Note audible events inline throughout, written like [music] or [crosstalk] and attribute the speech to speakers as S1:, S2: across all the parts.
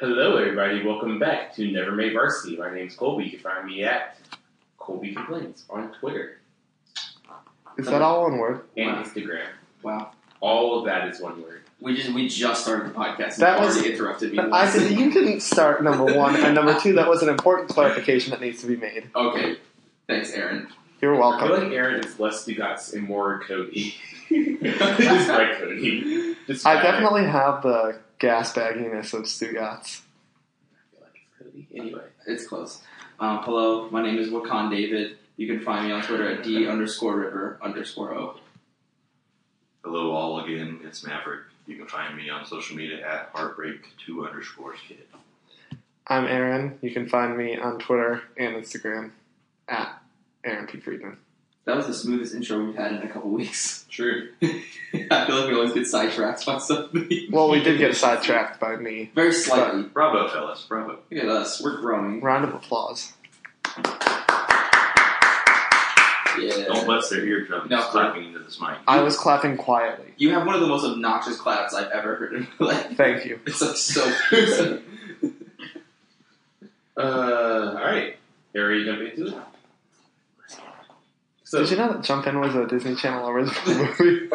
S1: Hello, everybody. Welcome back to Never Made Varsity. My name's Colby. You can find me at Colby Complaints on Twitter
S2: Is that all one word?
S1: and
S3: Wow.
S1: Instagram.
S3: Wow.
S1: All of that is one word.
S3: We just we just started the podcast. And
S2: That
S3: you
S2: was-
S3: already interrupted
S2: [laughs]
S3: me.
S2: I
S3: once.
S2: said you didn't start number one and number two. That was an important clarification that needs to be made.
S3: Okay. Thanks, Aaron.
S2: You're
S1: I
S2: welcome.
S1: feel like Aaron is less Dugas and more Cody. [laughs] Just by Cody. Just
S2: I
S1: by-
S2: definitely have the gas bagginess of Stugatz.
S1: I feel like it's Cody. Anyway,
S3: It's close. Um, hello, my name is Wakan David. You can find me on Twitter at d underscore river underscore o.
S4: Hello, all again. It's Maverick. You can find me on social media at heartbreak two underscores kid.
S2: I'm Aaron. You can find me on Twitter and Instagram at Aaron P. Friedman.
S3: That was the smoothest intro we've had in a couple weeks. [laughs]
S1: true.
S3: I feel like we always get sidetracked by something. [laughs]
S2: Well, we did get sidetracked by me.
S3: Very slightly.
S4: Bravo, fellas. Bravo.
S3: Look at us. We're growing.
S2: Round of applause.
S3: Yeah.
S4: Don't bust their eardrums
S3: No.
S4: clapping into this mic.
S2: I was clapping quietly.
S3: You have one of the most obnoxious claps I've ever heard in my life.
S2: Thank you.
S3: [laughs] It's
S2: [laughs]
S3: like so piercing.
S1: Uh, alright. Here we jump into it. So,
S2: Did you know that Jump In was a Disney Channel original [laughs] movie?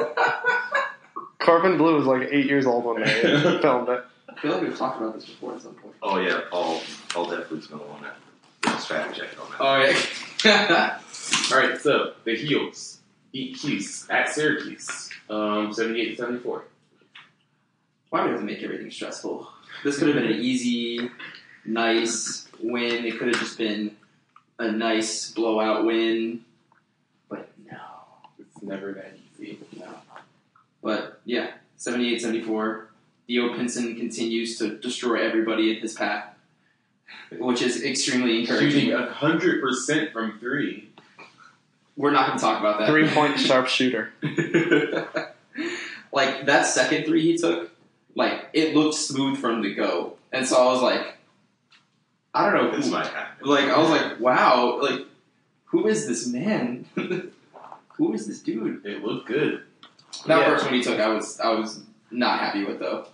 S2: Carbon Blue was like eight years old when they filmed it.
S3: I feel like we've talked about this before at some point.
S4: Oh yeah, Paul. Paul definitely's gonna want to get his fact checked on that.
S3: Oh [laughs] yeah.
S1: alright, so the Heels beat Cuse at Syracuse um, 78 to 74.
S3: Why do we have to make everything stressful? This could have been an easy, nice win. It could have just been a nice blowout win. But no,
S1: It's never that easy.
S3: no. But yeah, 78 74. Theo Pinson continues to destroy everybody in his path, which is extremely
S1: Shooting
S3: encouraging.
S1: 100% from three.
S3: We're not going to talk about that.
S2: Three
S3: [laughs]
S2: point sharpshooter.
S3: like that second three he took, like it looked smooth from the go, and so I was like, I don't know,
S4: This
S3: who-
S4: might happen.
S3: Oh. like I was like, wow, like who is this man? [laughs] who is this dude?
S1: It looked good.
S3: That
S2: Yeah.
S3: first one he took, I was I was not happy with though,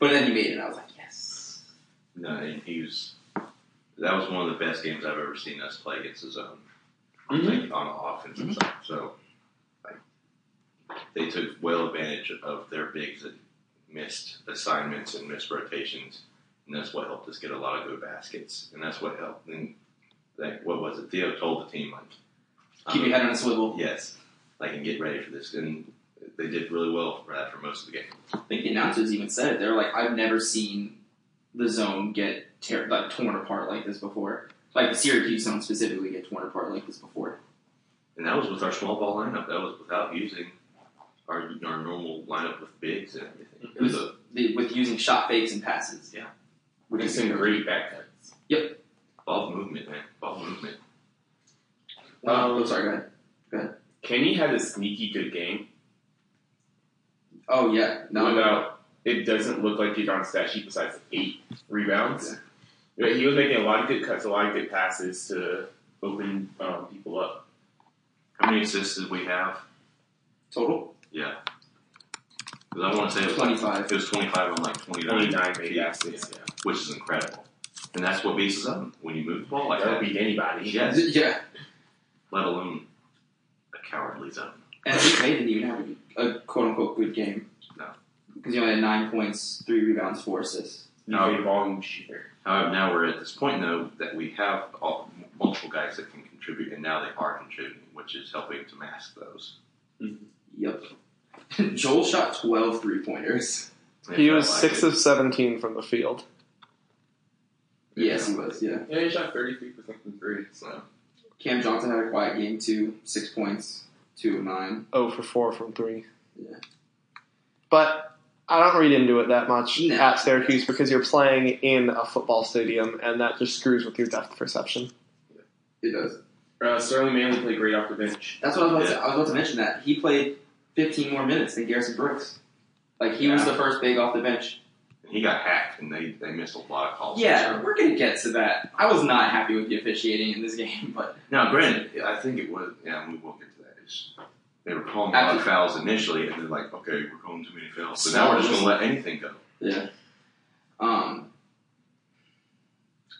S3: but then he made it, and I was like, yes,
S4: No, he- he was. That was one of the best games I've ever seen us play against the zone,
S1: Mhm.
S3: Mm-hmm.
S4: like on the offensive side. So, like, they took well advantage of their bigs that missed assignments and missed rotations, and that's what helped us get a lot of good baskets. And that's what helped. And like, what was it? Theo told the team like,
S3: keep
S4: I'm-
S3: your head on a swivel.
S4: yes, like, and get ready for this. And they did really well for that for most of the game.
S3: I think the announcers even said it. They were like, I've never seen the zone get tear- like, torn apart like this before. Like the Syracuse zone specifically get torn apart like this before.
S4: And that was with our small ball lineup. That was without using our our normal lineup with bigs and everything.
S3: It was a, the, with using shot fakes and passes.
S4: Yeah.
S3: Which
S1: It's
S3: is
S1: some great back cuts.
S4: Ball movement, man. Ball movement.
S3: Wow.
S1: Um,
S3: oh, sorry, go ahead.
S1: Kenny had a sneaky good game.
S3: Oh, yeah. No,
S1: Without, it doesn't look like he's on stat sheet besides eight rebounds. But he was making a lot of good cuts, a lot of good passes to open um, people up.
S4: How many assists did we have?
S3: Total?
S4: Yeah. 'Cause I want to say it was,
S3: 25.
S4: it was 25 on like 29,
S1: 29 made
S4: feet,
S1: assists. Yeah.
S4: which is incredible. And that's what beats us up when you move the ball like
S1: That'll
S4: that,
S1: beat anybody.
S4: Yeah. Yes.
S3: Yeah.
S4: let alone a cowardly zone.
S3: And Nick May didn't even have a, a quote unquote good game.
S4: No.
S3: Because he only had nine points, three rebounds, four assists.
S1: He's a
S4: No.
S1: volume shooter.
S4: However, now we're at this point, though, that we have all, multiple guys that can contribute, and now they are contributing, which is helping to mask those.
S3: Yep. [laughs] Joel shot 12 three pointers.
S4: And
S2: He
S4: I
S2: was
S4: like
S2: six
S4: it.
S2: of seventeen from the field.
S3: Yes, he was, yeah.
S1: Yeah, he shot 33% from three, so.
S3: Cam Johnson had a quiet game, too. Six points, two of nine.
S2: Oh for four from three.
S3: Yeah.
S2: But I don't read into it that much
S3: No.
S2: at Syracuse because you're playing in a football stadium and that just screws with your depth
S4: [laughs]
S2: perception.
S3: It does.
S1: Uh, Sterling Manley played great off the bench.
S3: That's what I was about to I was about to mention that. He played 15 more minutes than Garrison Brooks. Like, he was
S4: Yeah.
S3: the first big off the bench.
S4: He got hacked, and they, they missed a lot of calls.
S3: Yeah, we're gonna get to that. I was not happy with the officiating in this [laughs] game, but
S4: Now, granted, I think it was. Yeah, we will get to that. It's, they were calling a lot of fouls initially, and they're like, "Okay, we're calling too many fouls," so now we're just going to let anything go.
S3: um,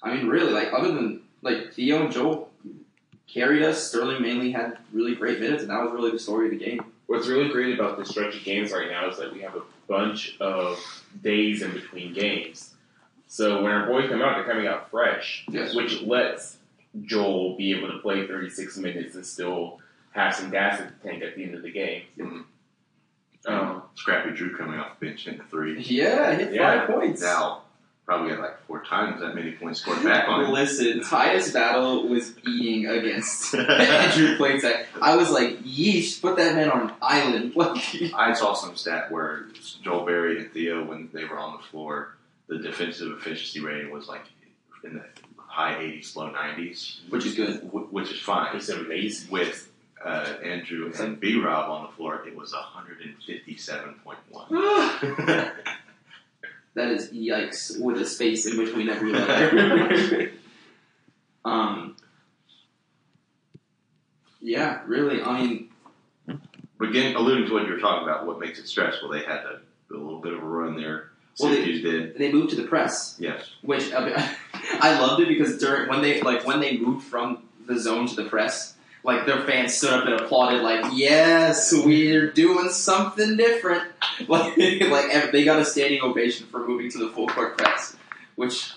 S3: I mean, really, like other than like Theo and Joel carried us. Sterling mainly had really great minutes, and that was really the story of the game.
S1: What's really great about this stretch of games right now is that we have a bunch of days in between games. So when our boys come out, they're coming out fresh,
S3: Yes.
S1: which lets Joel be able to play 36 minutes and still have some gas in the tank at the end of the game.
S4: Mhm.
S1: Um,
S4: Scrappy Drew coming off the bench in three.
S3: Yeah, hit
S1: Yeah.
S3: five points.
S4: Now, probably got like four times that many points scored back on him.
S3: Listen, Tyus Battle was eating
S4: [laughs]
S3: against Andrew Plainsack. I was like, yeesh, put that man on an island. [laughs] Like,
S4: I saw some stat where Joel Berry and Theo, when they were on the floor, the defensive efficiency rating was like in the high 80s, low 90s,
S3: which is
S4: [sighs]
S3: good. [sighs]
S4: wh- which is fine.
S1: it's amazing.
S4: With uh, Andrew and B Rob on the floor, it was [laughs] 157.1.
S3: that is yikes with a space in between every letter. um, yeah, really. I mean,
S4: But again, alluding to what you were talking about, what makes it stressful, they had a, a little bit of a run there.
S3: Well, they-
S4: Syracuse did.
S3: they moved to the press,
S4: Yes.
S3: which I, [laughs] I loved it because during when they like when they moved from the zone to the press, like their fans stood up and applauded, like yes, we're doing something different. [laughs] Like, like ev- they got a standing ovation for moving to the full court press, which.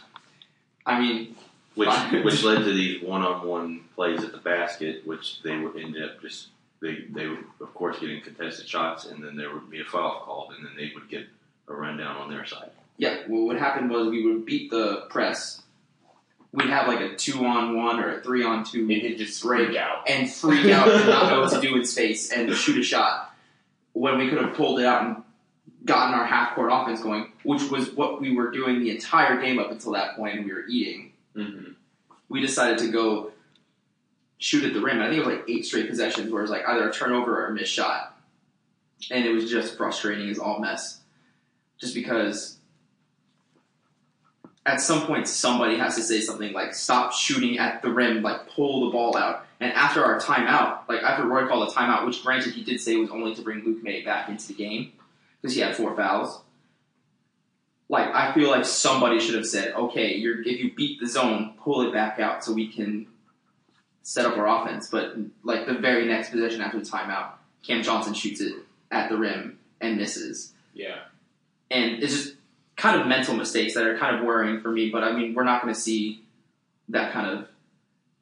S3: I mean,
S4: Which
S3: Fine.
S4: [laughs] which led to these one on one plays at the basket, which they were ended up just they they were of course getting contested shots and then there would be a foul called and then they would get a rundown on their side.
S3: yeah. Well, what happened was we would beat the press. We'd have like a two on one or a three on two.
S1: It did just break out.
S3: and freak out and not know what to do in space and shoot a shot when we could have pulled it out and gotten our half court offense going, which was what we were doing the entire game up until that point and we were eating.
S1: Mm-hmm.
S3: We decided to go shoot at the rim. I think it was like eight straight possessions where it was like either a turnover or a missed shot. And it was just frustrating as all mess. Just because at some point somebody has to say something like stop shooting at the rim, like pull the ball out. And after our timeout, like after Roy called a timeout, which granted he did say was only to bring Luke May back into the game because he had four fouls. Like I feel like somebody should have said, okay, you're if you beat the zone, pull it back out so we can set up our offense. But like the very next possession after the timeout, Cam Johnson shoots it at the rim and misses
S1: Yeah.
S3: and it's just kind of mental mistakes that are kind of worrying for me. But I mean, we're not going to see that kind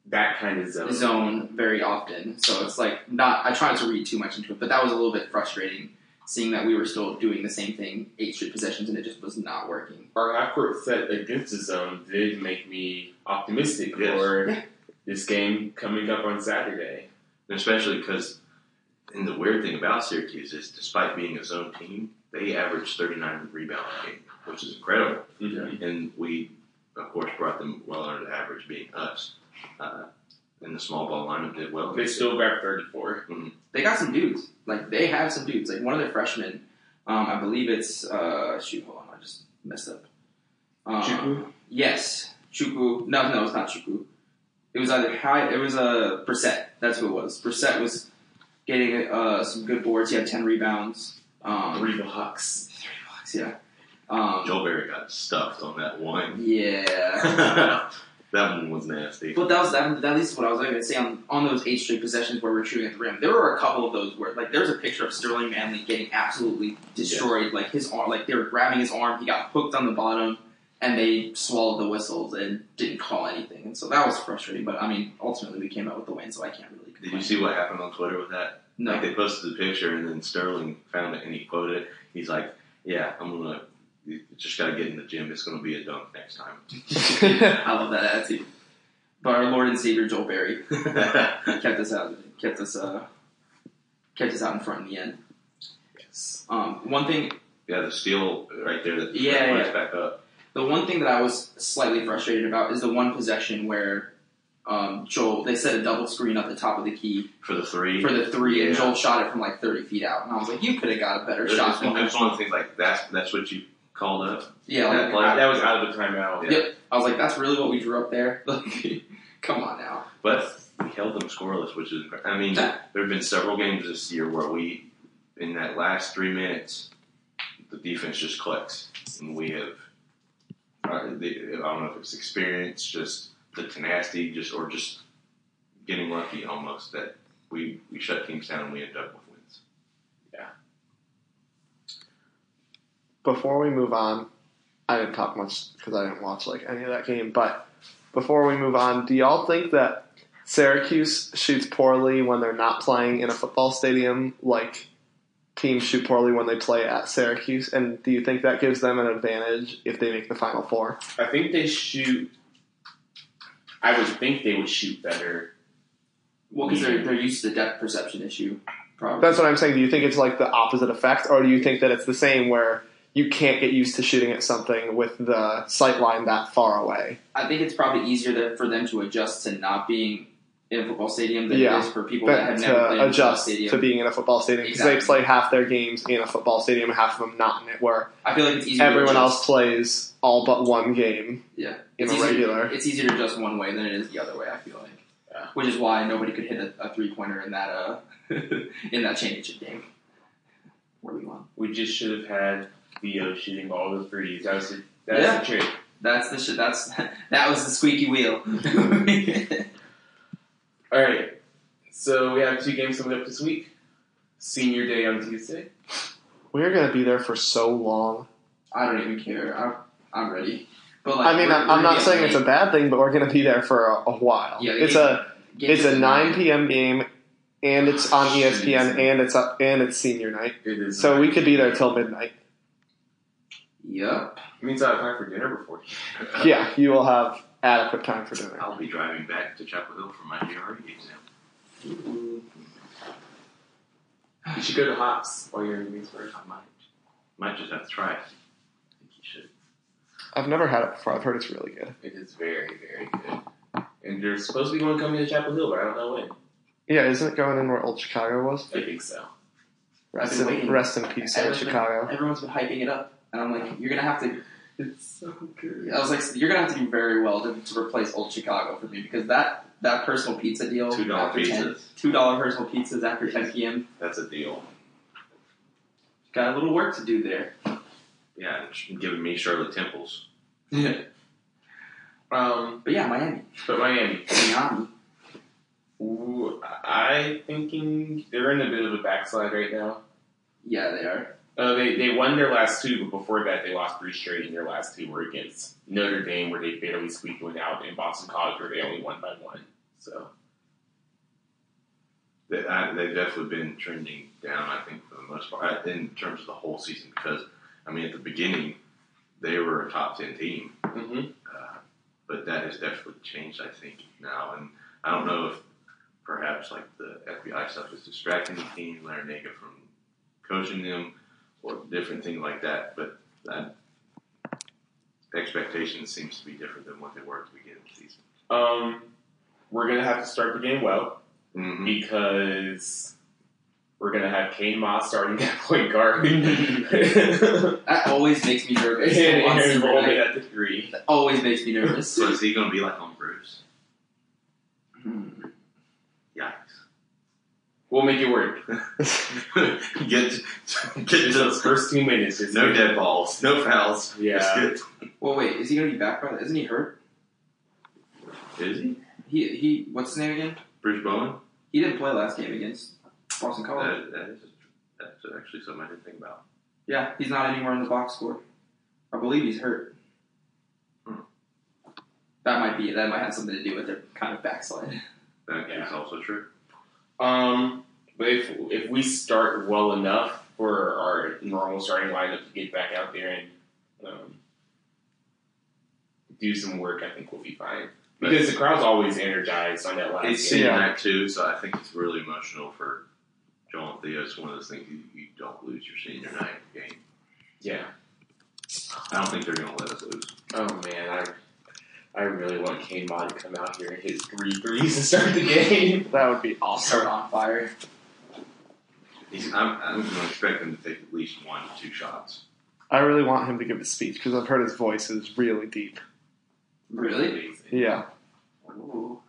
S1: That kind of zone.
S3: of zone very often, so it's like not. I try not to read too much into it, but that was a little bit frustrating seeing that we were still doing the same thing eight straight possessions and it just was not working.
S1: Our half court set against the zone did make me optimistic
S4: Yes.
S1: for
S3: Yeah.
S1: this game coming up on Saturday.
S4: Especially because and the weird thing about Syracuse is despite being a zone team, they averaged thirty nine rebounds a game, which is incredible.
S1: Mhm.
S4: and we, of course, brought them well under the average, being us. Uh, and the small ball lineup did well.
S1: They still grabbed 34.
S3: They got some dudes, like they have some dudes. Like one of their freshmen, um, I believe it's uh, shoot. Hold on, I just messed up. Um,
S2: Chukwu?
S3: Yes, Chuku. No, no, it's not Chuku. It was either high. It was uh, Brissett. That's who it was. Brissett was getting uh, some good boards. He had ten rebounds. Um,
S1: Three blocks.
S3: three blocks, yeah. Um,
S4: Joel Berry got stuffed on
S3: [laughs]
S4: that one.
S3: yeah.
S4: [laughs] that one was nasty.
S3: But that was that. That is what I was going to say on on those eight straight possessions where we're shooting at the rim. There were a couple of those where like there's a picture of Sterling Manley getting absolutely destroyed. Like his arm, like they were grabbing his arm. He got hooked on the bottom, and they swallowed the whistles and didn't call anything. And so that was frustrating. But I mean, ultimately we came out with the win, so I can't really.
S4: Did
S3: Complain.
S4: you see what happened on Twitter with that?
S3: No.
S4: Like they posted the picture, and then Sterling found it and he quoted. it. He's like, "Yeah, I'm gonna you just gotta get in the gym. It's gonna be a dunk next time."
S3: I love that attitude. But our Lord and Savior Joel
S4: [laughs]
S3: Berry kept us out. Kept us. Uh, kept us out in front in the end.
S1: Yes.
S3: Um, one thing
S4: yeah, the steal right there that
S3: Yeah,
S4: that
S3: yeah.
S4: points back up.
S3: The one thing that I was slightly frustrated about is the one possession where um, Joel they set a double screen up the top of the key
S4: for the three.
S3: for the three, and
S4: Yeah.
S3: Joel shot it from like thirty feet out, and I was like, you could have got a better
S4: It's-
S3: shot. than
S4: it's
S3: that."
S4: one of the things like that's that's what you called up.
S3: Yeah, like,
S4: that play.
S1: That was out of the timeout.
S3: Yeah. I was like, that's really what we drew up there. [laughs] Like, come on now.
S4: But we held them scoreless, which is incredible. I mean,
S3: Yeah.
S4: there have been several games this year where we, in that last three minutes, the defense just clicks, and we have know. uh, They, I don't know if it's experience, just the tenacity, just or just getting lucky almost that we we shut teams down and we end up with wins.
S2: before we move on, I didn't talk much because I didn't watch like any of that game. But before we move on, do y'all think that Syracuse shoots poorly when they're not playing in a football stadium? Like teams shoot poorly when they play at Syracuse, and do you think that gives them an advantage if they make the Final Four?
S1: I think they shoot. I would think they would shoot better.
S3: Well, because they're, they're used to the depth perception issue, probably.
S2: That's what I'm saying. Do you think it's like the opposite effect, or do you think that it's the same where you can't get used to shooting at something with the sight line that far away?
S3: I think it's probably easier to, for them to adjust to not being in a football stadium than
S2: Yeah.
S3: it is for people that
S2: But
S3: have never played in
S2: to
S3: a football
S2: adjust
S3: stadium.
S2: to being in a football stadium because they
S3: Exactly.
S2: play half their games in a football stadium, and half of them not in it. Where
S3: I feel like it's easier.
S2: everyone
S3: to adjust.
S2: else plays all but one game
S3: yeah,
S2: in
S3: it's
S2: a
S3: easier,
S2: regular.
S3: It's easier to adjust one way than it is the other way. I feel like,
S1: Yeah.
S3: which is why nobody could hit a, a three pointer in that uh [laughs] in that championship game. Where we won.
S1: We just should have had Theo shooting all the threes. That's the, that's
S3: Yeah.
S1: the trick.
S3: That's the shit. That's [laughs] that was the squeaky wheel. [laughs]
S1: All right. So we have two games coming up this week. Senior day on Tuesday.
S2: We're gonna be there for so long.
S3: I don't even care. I'm, I'm ready. But like,
S2: I mean,
S3: we're-
S2: I'm,
S3: we're
S2: I'm not
S3: getting
S2: saying it's a
S3: late.
S2: bad thing, but we're gonna be there for a, a while.
S3: Yeah,
S2: it's
S3: it-
S2: a
S3: Get
S2: it's
S3: to
S2: a
S3: the
S2: 9 p.m. game, and it's on E ESPN,
S1: Jeez.
S2: and it's up, and it's senior night,
S1: It is.
S2: so we could be there till midnight.
S3: Yep.
S1: It means I have time for dinner before.
S3: [laughs]
S2: Yeah, you will have adequate time for dinner.
S4: I'll be driving back to Chapel Hill for my GRE exam.
S1: You should go to Hops while you're in Greensburg.
S4: I might might just have to try it. I think you should.
S2: I've never had it before. I've heard it's really good.
S1: It is very, very good. And you're supposed to be one coming to Chapel Hill, but I don't know when.
S2: Yeah, isn't it going in where Old Chicago was?
S1: I think so.
S2: Rest
S3: I've been
S2: in,
S3: waiting.
S2: rest in peace,
S3: I've
S2: Old
S3: been-
S2: Chicago.
S3: Everyone's been hyping it up, and I'm like, you're gonna have to.
S1: [laughs] It's so good.
S3: I was like, you're gonna have to do very well to, to replace Old Chicago for me because that that personal pizza deal
S4: Two dollar
S3: Oh, after ten,
S4: pizzas.
S3: two dollar personal pizzas after 10 p.m.
S4: That's a deal.
S3: Got a little work to do there.
S4: Yeah, it's giving me Charlotte Temples.
S1: Um,
S3: But yeah, Miami,
S1: but Miami.
S3: Miami.
S1: Ooh, I thinking they're in a bit of a backslide right now.
S3: Yeah, they are.
S1: Uh, they they won their last two, but before that they lost three straight, and their last two were against Notre Dame, where they barely squeaked one out, and Boston College, where they only won by one. So
S4: They, I, they've definitely been trending down. I think for the most part uh, in terms of the whole season because I mean at the beginning they were a top ten team.
S1: hmm
S4: Uh, but that has definitely changed, I think, now. And I don't know if perhaps like the FBI stuff is distracting the team, Larinaga from coaching them, or different things like that. But that expectation seems to be different than what they were at the beginning of the season.
S1: um, we're gonna have to start the game well
S4: Mm-hmm.
S1: because we're gonna have Kane Moss starting [laughs] that point
S4: [laughs]
S1: guard. and
S3: That always makes
S1: [laughs]
S3: me nervous. On
S1: Aaron
S3: senior
S1: Rollman
S3: night.
S1: at the three.
S3: That always makes me nervous. [laughs]
S4: So is he going to be like on Bruce?
S3: Hmm.
S4: Yikes! [laughs]
S1: We'll make it work.
S2: [laughs]
S4: get get
S1: Just
S4: to
S1: those first two minutes. Just
S4: no dead balls, no fouls. Just
S1: Yeah.
S4: get-
S3: Well, wait, is he gonna be back by? Isn't he hurt?
S4: Is he
S3: He he. What's his name again?
S4: Bruce Bowen?
S3: He didn't play last game against Boston College.
S4: That, that is that's actually something I didn't think about.
S3: Yeah, he's not anywhere in the box score. I believe he's hurt.
S4: Hmm.
S3: That might be. That might have something to do with their kind of backslide.
S4: That is
S1: Yeah.
S4: also true.
S1: Um, but if if we start well enough for our normal starting lineup to get back out there and um, do some work, I think we'll be fine. Because the crowd's always energized on that last
S4: It's
S1: game.
S4: senior
S2: Yeah.
S4: night too, so I think it's really emotional for Joel and Theo. It's one of those things you, you don't lose your senior night game.
S1: Yeah.
S4: I don't think they're going to let us lose.
S1: Oh man, I I really want Kane Mod to come out here and hit three threes and start the game.
S2: That would be
S3: I'll
S2: awesome.
S3: start on fire.
S4: He's, I'm, I'm going to expect them to take at least one to two shots.
S2: I really want him to give a speech because I've heard his voice is really deep.
S3: [laughs] Really?
S2: Yeah.
S3: Ooh.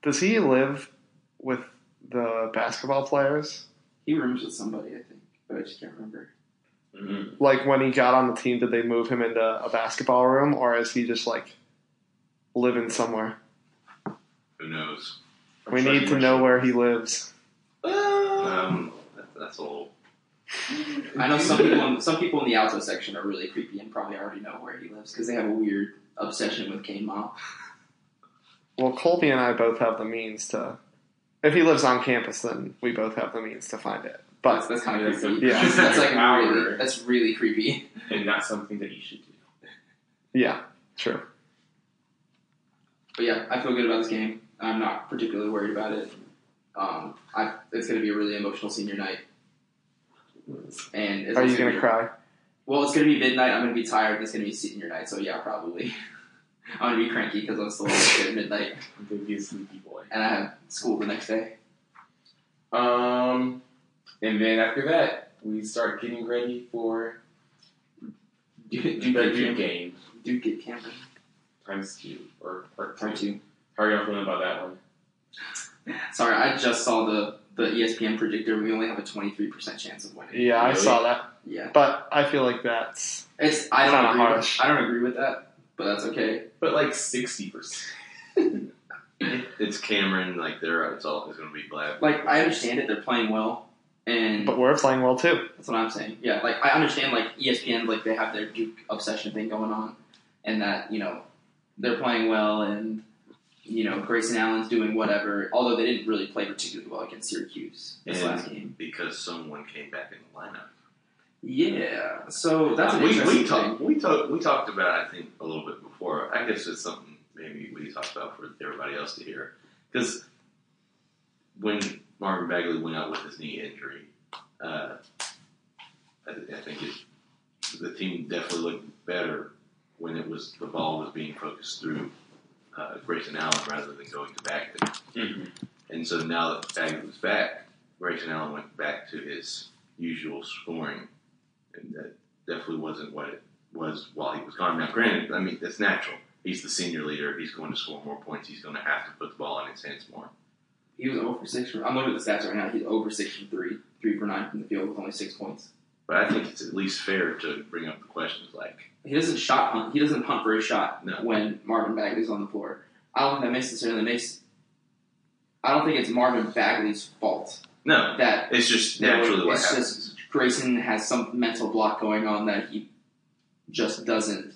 S2: Does he live with the basketball players?
S3: He rooms with somebody, I think, but I just can't remember.
S1: Mhm.
S2: Like when he got on the team, did they move him into a basketball room, or is he just like living somewhere?
S4: Who knows? I'm
S2: We
S4: sure
S2: need
S4: he
S2: to
S4: was-
S2: know where he lives.
S4: Um, that- that's a little.
S3: I know some people. In, some people in the alto section are really creepy and probably already know where he lives because they have a weird obsession with Kane Mom.
S2: Well, Colby and I both have the means to. If he lives on campus, then we both have the means to find it.
S3: That's,
S2: But
S3: that's kind
S1: Yeah,
S3: of creepy.
S2: yeah.
S3: [laughs] That's, that's like
S1: Power.
S3: really, that's really creepy.
S1: and not something that you should do.
S2: yeah, true.
S3: But yeah, I feel good about this game. I'm not particularly worried about it. Um, I, it's going to be a really emotional senior night. And it's
S2: Are
S3: also
S2: you gonna
S3: be-
S2: cry?
S3: Well, it's going to be midnight. I'm going to be tired. and It's going to be senior night. So yeah, probably. [laughs] I'm going to be cranky because I'm still awake at midnight
S1: I'm gonna be a sleepy boy.
S3: and I have school the next day.
S1: Um, and then after that, we start getting ready
S3: [laughs]
S1: for
S3: Duke,
S1: the
S3: Duke,
S1: Duke
S3: Duke,
S1: game
S3: Duke at Cameron.
S1: times two or part
S3: Time
S1: two.
S3: two.
S1: How are y'all feeling about that one?
S3: Sorry, I just saw the, the E ESPN predictor. We only have a 23% chance of winning.
S2: Yeah, I
S1: Really?
S2: saw that,
S3: Yeah.
S2: but I feel like that's
S3: It's I
S2: It's
S3: don't
S2: kinda
S3: agree
S2: harsh.
S3: With, I don't agree with that, but that's okay.
S1: But like sixty percent.
S4: It's Cameron. Like they're. It's all. It's gonna be black.
S3: Like I understand it, they're playing well. And
S2: but we're playing well too.
S3: that's what I'm saying. Yeah, like I understand like E ESPN like they have their Duke obsession thing going on and that, you know, they're playing well and you know, Grayson Allen's doing whatever, although they didn't really play particularly well against Syracuse this
S4: And-
S3: last game.
S4: because someone came back in the lineup.
S3: Yeah. So that's an
S4: we
S3: interesting
S4: we
S3: thing.
S4: talked we talked we talked about I think a little bit before. I guess it's something maybe we talked about for everybody else to hear because when Marvin Bagley went out with his knee injury, uh, I, th- I think it, the team definitely looked better when it was the ball was being focused through uh, Grayson Allen rather than going to Bagley.
S3: Mm-hmm.
S4: And so now that Bagley was back, Grayson Allen went back to his usual scoring, and that definitely wasn't what it was while he was gone. Now, granted, I mean that's natural. He's the senior leader. He's going to score more points. He's going to have to put the ball in his hands more.
S3: He was over six. From, I'm looking at the stats right now. He's over six from three, three for nine from the field with only six points.
S4: But I think it's at least fair to bring up the questions like,
S3: He doesn't shot hunt. He doesn't hunt for a shot
S4: No.
S3: when Marvin Bagley's on the floor. I don't think that necessarily makes. I don't think it's Marvin Bagley's fault
S4: no,
S3: that
S4: it's just naturally what
S3: it's
S4: happens.
S3: just Grayson has some mental block going on that he just doesn't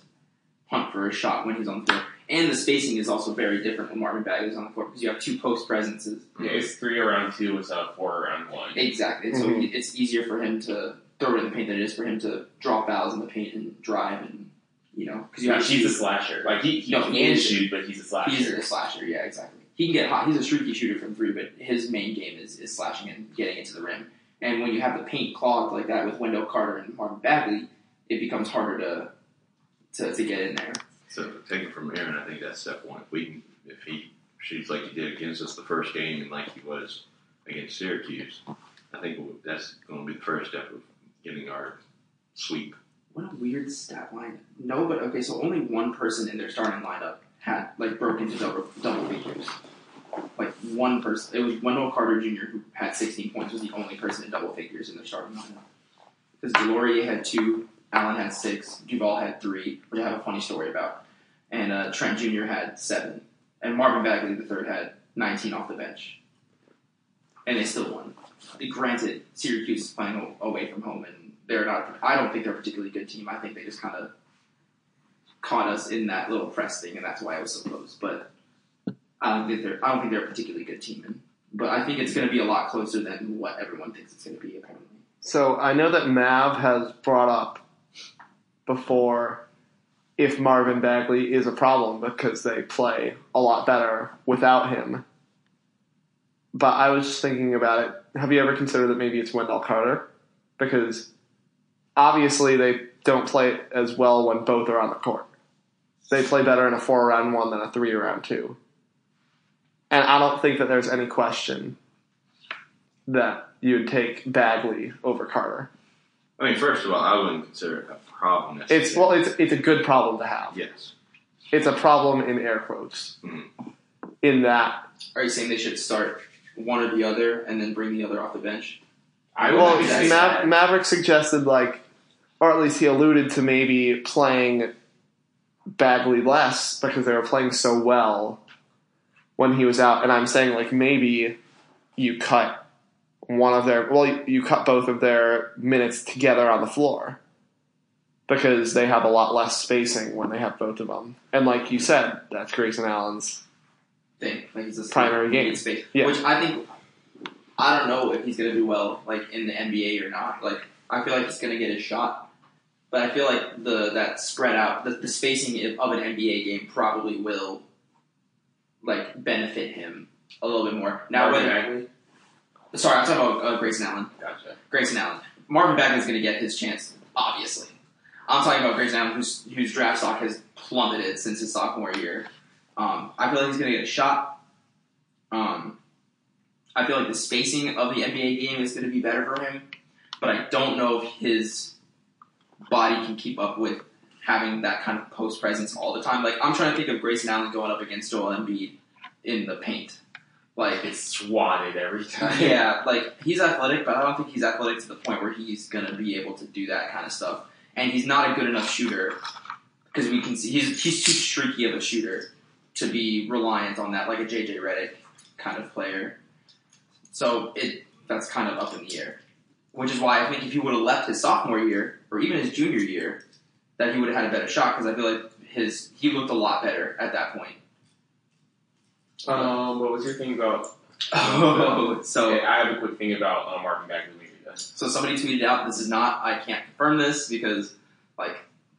S3: hunt for a shot when he's on the floor. And the spacing is also very different when Marvin Bagley's on the floor because you have two post presences.
S1: Yeah, it's three around two, it's uh, four around one.
S3: Exactly. So
S2: Mhm.
S3: he- it's easier for him to throw it in the paint than it is for him to draw fouls in the paint and drive and you know because you
S1: Yeah,
S3: have
S1: he's a
S3: to
S1: slasher. Like he, he
S3: No,
S1: can
S3: he is-
S1: shoot, but he's a
S3: shoot-
S1: slasher.
S3: he's a slasher. Yeah, exactly. He can get hot. He's a streaky shooter from three, but his main game is, is slashing and getting it to the rim. And when you have the paint clogged like that with Wendell Carter and Marvin Bagley, it becomes harder to to, to get in there.
S4: So taking from Aaron, I think that's step one. If we can, if he shoots like he did against us the first game and like he was against Syracuse, I think we'll- that's going to be the first step of getting our sweep.
S3: What a weird stat line. No, but okay. So only one person in their starting lineup had like broke into double double figures. Like one person. It was Wendell Carter Jr. who had 16 points. Was the only person in double figures in their starting lineup. Because Delorier had two, Allen had six, Duval had three, which I have a funny story about, and uh, Trent Jr. had seven, and Marvin Bagley the third had 19 off the bench, and they still won. Granted, Syracuse is playing a- away from home, and they're not. I don't think they're a particularly good team. I think they just kind of caught us in that little press thing, and that's why it was so close. But I don't think they're. I don't think they're a particularly good team, and but I think it's going to be a lot closer than what everyone thinks it's going to be. Apparently.
S2: So I know that Mav has brought up before if Marvin Bagley is a problem because they play a lot better without him. But I was just thinking about it. Have you ever considered that maybe it's Wendell Carter? Because obviously they don't play as well when both are on the court. They play better in a four round one than a three round two. And I don't think that there's any question that you'd take Bagley over Carter.
S4: I mean, first of all, I wouldn't consider it a problem. Necessarily.
S2: It's well, it's it's a good problem to have.
S4: yes.
S2: It's a problem in air quotes.
S4: Mhm.
S2: In that,
S3: Are you saying they should start one or the other and then bring the other off the bench?
S1: I would
S2: well,
S1: not be that
S3: it's
S2: Ma-
S1: sad.
S2: Maverick suggested like or at least he alluded to maybe playing Bagley less because they were playing so well when he was out. And I'm saying like maybe you cut one of their well, you, you cut both of their minutes together on the floor because they have a lot less spacing when they have both of them. And like you said, that's Grayson Allen's.
S3: thing. Like he's a
S2: Primary game.
S3: in space,
S2: Yeah.
S3: which I think I don't know if he's going to do well like in the NBA or not. Like I feel like he's going to get his shot, but I feel like the that spread out the, the spacing of an NBA game probably will like benefit him a little bit more. Now
S1: Marvin
S3: whether
S1: Bagley?
S3: sorry, I'm talking about uh, Grayson Allen.
S1: Gotcha.
S3: Grayson Allen. Marvin Bagley's going to get his chance, obviously. I'm talking about Grayson Allen, whose whose draft stock has plummeted since his sophomore year. Um, I feel like he's going to get a shot. Um, I feel like the spacing of the NBA game is going to be better for him, but I don't know if his body can keep up with having that kind of post presence all the time. Like I'm trying to think of Grayson Allen going up against Joel Embiid in the paint. Like
S1: It's swatted every time.
S3: yeah, like he's athletic, but I don't think he's athletic to the point where he's gonna be able to do that kind of stuff. And he's not a good enough shooter because we can see he's he's too streaky of a shooter to be reliant on that, like a JJ Redick kind of player. So it that's kind of up in the air, which is why I think if he would have left his sophomore year or even his junior year, that he would have had a better shot because I feel like his he looked a lot better at that point.
S1: Um, what was your thing about?
S3: Oh, so
S1: Yeah, I have a quick thing about um, Marvin Bagley. when you're done.
S3: So somebody tweeted out, "This is not. I can't confirm this because, like,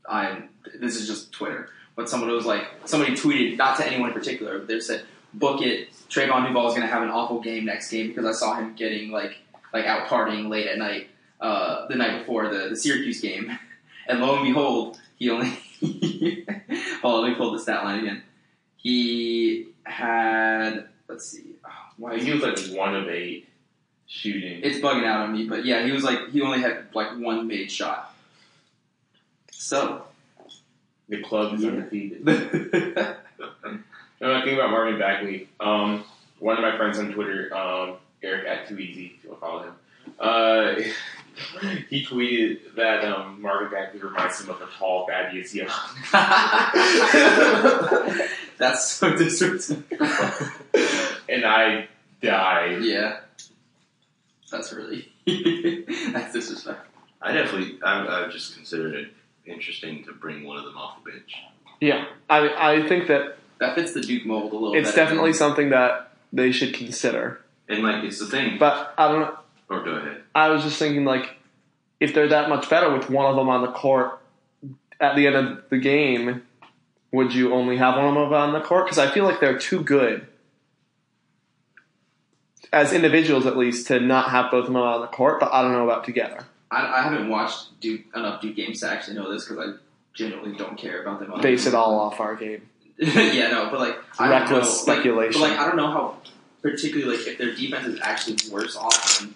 S3: I'm. This is just Twitter." But someone was like, somebody tweeted, not to anyone in particular, but they said, "Book it. Trayvon Duval is going to have an awful game next game because I saw him getting like, like out partying late at night, uh, the night before the the Syracuse game, [laughs] and lo and behold, he only. [laughs] Hold on, let me pull the stat line again. He had. Let's see. Oh, why
S1: Like,
S3: is
S1: Uh, he was like one of eight shooting.
S3: it's bugging out on me, but yeah, he was like he only had like one made shot. So [laughs]
S1: the club is
S3: Yeah.
S1: undefeated.
S3: yeah,
S1: No, I think about Marvin Bagley. Um, one of my friends on Twitter, um, Eric at Too Easy, if you want to follow him, uh, [laughs] he tweeted that um, Marvin Bagley reminds him of a tall Thaddeus Young.
S3: that's so disrespectful.
S1: [laughs] and I died.
S3: Yeah, that's really [laughs] that's disrespectful.
S4: I definitely, I've, I've just considered it interesting to bring one of them off the bench.
S2: I mean, I think that
S3: That fits the Duke mold a little.
S2: it's
S3: better
S2: definitely
S3: than-
S2: something that they should consider.
S4: And like, it's the thing.
S2: But I don't know.
S4: Or go ahead.
S2: I was just thinking like if they're that much better with one of them on the court at the end of the game, would you only have one of them on the court? Because I feel like they're too good as individuals, at least, to not have both of them on the court. But I don't know about together.
S3: I, I haven't watched Duke enough Duke games to actually know this because I genuinely don't care about them.
S2: Base it all off our game.
S3: [laughs] yeah, no, but like I don't know,
S2: Reckless
S3: like,
S2: speculation.
S3: But like, I don't know how particularly like if their defense is actually worse off when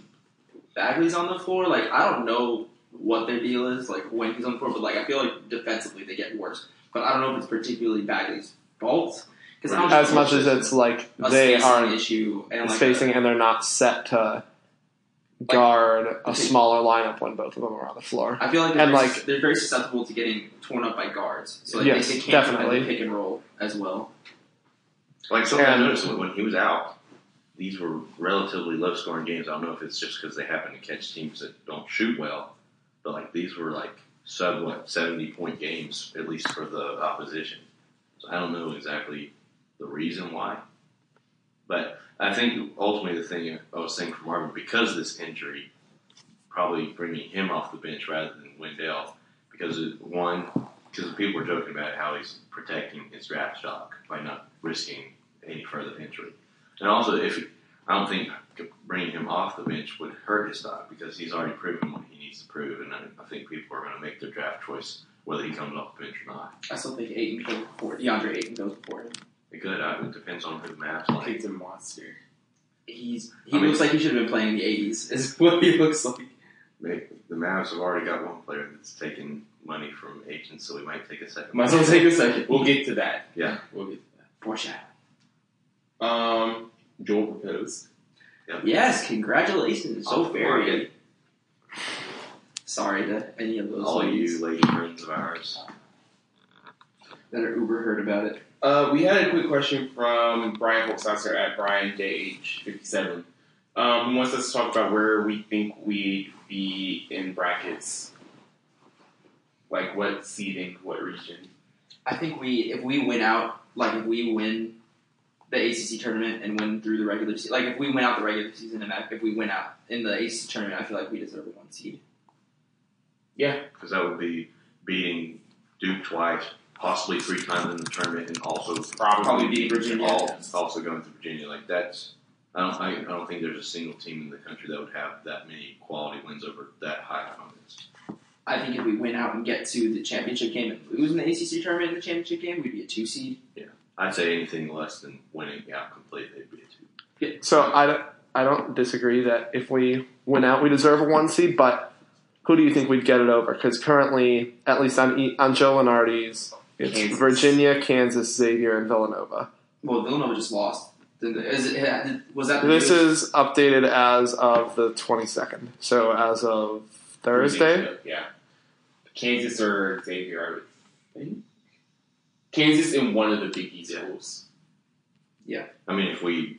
S3: Bagley's on the floor. Like, I don't know what their deal is like when he's on the floor. But like, I feel like defensively they get worse. But I don't know if it's particularly Bagley's fault because
S2: as much as it's like
S3: a
S2: they
S3: spacing
S2: are
S3: issue and like
S2: spacing and they're not set to guard a smaller lineup when both of them are on the floor.
S3: I feel like they're,
S2: And,
S3: very,
S2: like-
S3: they're very susceptible to getting torn up by guards. So like
S2: Yes,
S3: they, they can't defend
S2: definitely.
S3: the pick and roll as well.
S4: Like something
S2: And-
S4: I noticed when- when he was out, these were relatively low scoring games. I don't know if it's just because they happen to catch teams that don't shoot well, but like these were like sub what seventy point games at least for the opposition. So I don't know exactly the reason why, but I think ultimately the thing I was saying for Marvin because of this injury, probably bringing him off the bench rather than Wendell because it, one because people were joking about how he's protecting his draft stock by not risking any further injury. And also, if I don't think bringing him off the bench would hurt his stock because he's already proven what he needs to prove, and I, I think people are going to make their draft choice whether he comes off the bench or not.
S3: I still think Aiton goes before DeAndre Ayton goes before him.
S4: It could. I, it depends on who the maps like.
S1: Kid's a monster.
S3: He's he
S4: I mean-
S3: looks like he should have been playing in the eighties. Is [laughs] what he looks like.
S4: They, the Mavs have already got one player that's taken money from agents, so we might take a second.
S1: Might as well take a second. We'll get to that.
S4: Yeah.
S1: We'll get to
S3: Foreshadow.
S1: that. Um, Joel proposed.
S4: Oh,
S3: Yes, congratulations. So
S4: Off the
S3: very
S4: market.
S3: Sorry to any of those
S4: All
S3: ladies
S4: you lady friends of ours.
S3: that are uber heard about it.
S1: Uh, we had a quick question from Brian Holzhauser at Brian JH57. Um, who wants us to talk about where we think we'd be in brackets. Like what seeding, what region.
S3: I think we, if we win out, like if we win the ACC tournament and win through the regular season, like if we win out the regular season and if we win out in the ACC tournament, I feel like we deserve a one seed.
S4: Because that would be beating Duke twice, possibly three times in the tournament, and also
S1: Probably.
S4: probably beating
S3: Virginia.
S4: All, also going to Virginia. Like that's, I don't, I, I don't think there's a single team in the country that would have that many quality wins over that high opponents.
S3: I think if we win out and get to the championship game and lose in the ACC tournament in the championship game, we'd be a two seed.
S4: I'd say anything less than winning out completely would be a two.
S2: So I don't, I don't disagree that if we win out, we deserve a one seed. But who do you think we'd get it over? Because currently, at least on E- on Joe Lenardi's, it's
S1: Kansas.
S2: Virginia, Kansas, Xavier, and Villanova.
S3: Well, Villanova just lost. Did the- Is it, was that the
S2: This
S3: news?
S2: is updated as of the twenty second. So as of Thursday,
S1: Yeah. Kansas or Xavier, I would think. Kansas in one of the Big East
S4: Yeah.
S1: schools.
S4: I mean, if we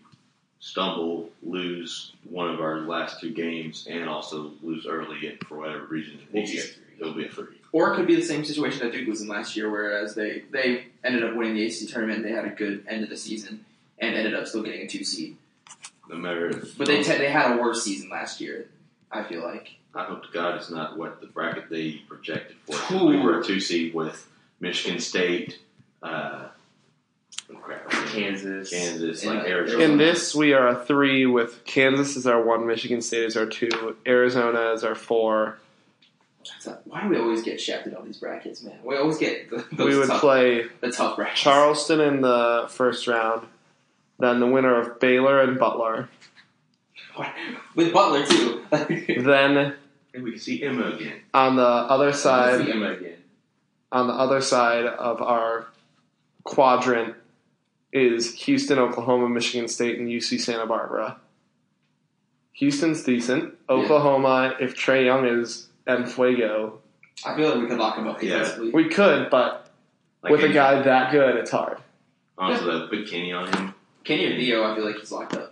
S4: stumble, lose one of our last two games, and also lose early, and for whatever reason,
S1: We'll
S4: we'll
S1: be a
S4: get-
S1: three.
S4: it'll be a three.
S3: Or it could be the same situation that Duke was in last year, whereas they, they ended up winning the ACC tournament, they had a good end of the season, and ended up still getting a two seed.
S4: No matter. If,
S3: But they te- they had a worse season last year. I feel like
S4: I hope to God it's not what the bracket they projected for. 'cause We were a two seed with Michigan State, uh, oh crap,
S1: Kansas.
S4: Kansas,
S3: And,
S4: like
S3: uh,
S4: Arizona.
S2: in this we are a three with Kansas as our one, Michigan State as our two, Arizona as our four.
S3: It's like, why do we always get shafted on these brackets, man? We always get the, those
S2: we would
S3: tough,
S2: play
S3: the tough brackets. [laughs]
S2: Charleston in the first round, then the winner of Baylor and Butler,
S3: with Butler too. [laughs] Like,
S2: then
S4: and we can see Emma again.
S2: on the other
S1: Let's
S2: side,
S1: see Emma [laughs] again.
S2: on the other side of our quadrant is Houston, Oklahoma, Michigan State, and UC Santa Barbara. Houston's decent. Oklahoma, if Trey Young is and Fuego,
S3: I feel like we could lock them up
S4: Yeah.
S3: defensively.
S2: we could, but
S4: Like
S2: with a
S4: Kenny-
S2: guy that good, it's hard.
S4: Honestly, though, put Kenny on him,
S3: Kenny and Theo, I feel like he's locked up.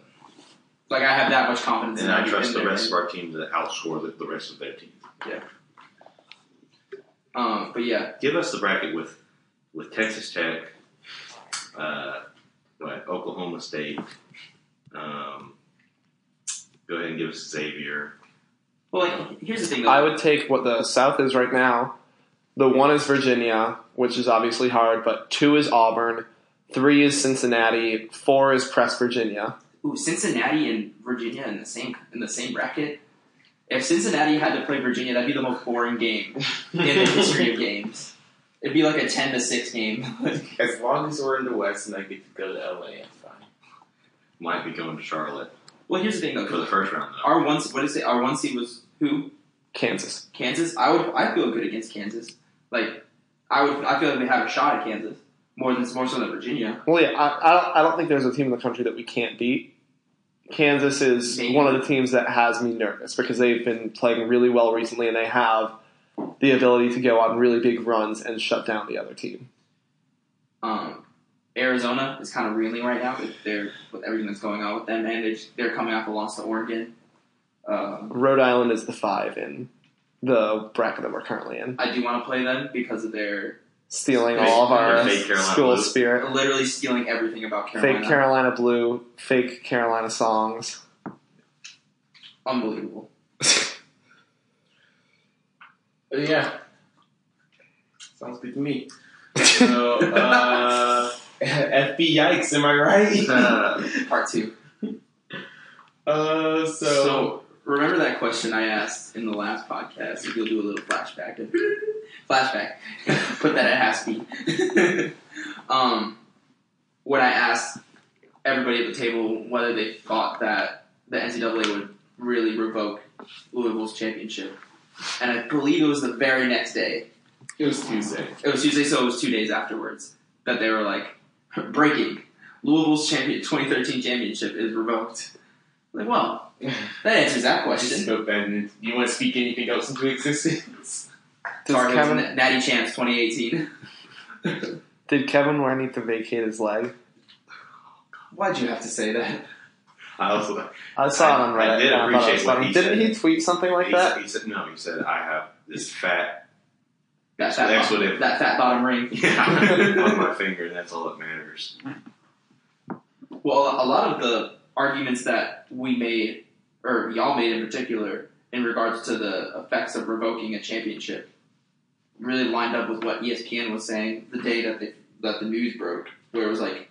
S3: Like I have that much confidence.
S4: and
S3: in
S4: I
S3: him
S4: trust
S3: in
S4: the
S3: there.
S4: rest of our team to outscore the, the rest of their team.
S3: Um, but yeah,
S4: Give us the bracket with with Texas Tech, uh, what, Oklahoma State. Um, go ahead and give us Xavier.
S3: well, like, here's the thing. Though.
S2: I would take what the South is right now. The one is Virginia, which is obviously hard, but two is Auburn, three is Cincinnati, four is Press Virginia.
S3: Ooh, Cincinnati and Virginia in the same in the same bracket. If Cincinnati had to play Virginia, that'd be the most boring game in the history of games. It'd be like a ten to six game. [laughs]
S1: As long as we're in the West and I get to go to LA, it's fine.
S4: Might be going to Charlotte
S3: well, here's the thing though.
S4: for the
S3: 'cause
S4: first round, though.
S3: Our one, what is it? Our one seed was who?
S2: Kansas.
S3: Kansas. I would. I feel good against Kansas. Like I would. I feel like we have a shot at Kansas more than more so than Virginia.
S2: Well, yeah, I, I, don't, I don't think there's a team in the country that we can't beat. Kansas is
S3: Maybe.
S2: one of the teams that has me nervous because they've been playing really well recently and they have the ability to go on really big runs and shut down the other team.
S3: Um, Arizona is kind of reeling right now with their with everything that's going on with them, and they're, they're coming off a loss to Oregon. Um,
S2: Rhode Island is the five in the bracket that we're currently in,
S3: I do want to play them because of their
S2: stealing all of our
S4: Fake Carolina
S2: school
S4: Blue.
S2: spirit.
S3: literally stealing everything about Carolina.
S2: Fake Carolina Blue, fake Carolina
S4: [laughs]
S2: songs.
S3: Unbelievable.
S1: Uh, yeah. Sounds good to me. So, uh, [laughs] FB yikes, am I [laughs] right?
S4: Uh,
S3: Part two.
S1: uh, so,
S3: remember that question I asked in the last podcast? If you'll do a little flashback, [laughs] flashback. [laughs] Put that at half speed. [laughs] um, when I asked everybody at the table whether they thought that the NCAA would really revoke Louisville's championship, and I believe it was the very next day
S1: it was Tuesday.
S3: It was Tuesday, so it was two days afterwards that they were like, breaking. Louisville's champion, 2013 championship is revoked. Like, [laughs] well, that answers
S1: Just
S3: that question.
S1: hope that you- you want to speak anything else into [laughs] existence.
S2: Does
S3: Sorry, it was
S2: Kevin,
S3: Na- Natty Champs 2018.
S2: did Kevin Ware need to vacate his leg?
S3: Why'd you have to say that?
S4: I also
S2: I saw it on
S4: I- I
S2: Reddit.
S4: did
S2: and I thought it was
S4: appreciate what
S2: funny.
S4: he
S2: Didn't
S4: said.
S2: he tweet something like
S4: he,
S2: that?
S4: He said no. He said I have this fat [laughs]
S3: That fat,
S4: Expletive.
S3: bottom, that fat bottom ring.
S4: on my finger, and that's all that matters.
S3: Well, a lot of the arguments that we made, or y'all made in particular, in regards to the effects of revoking a championship, really lined up with what E ESPN was saying the day that the, that the news broke, where it was like,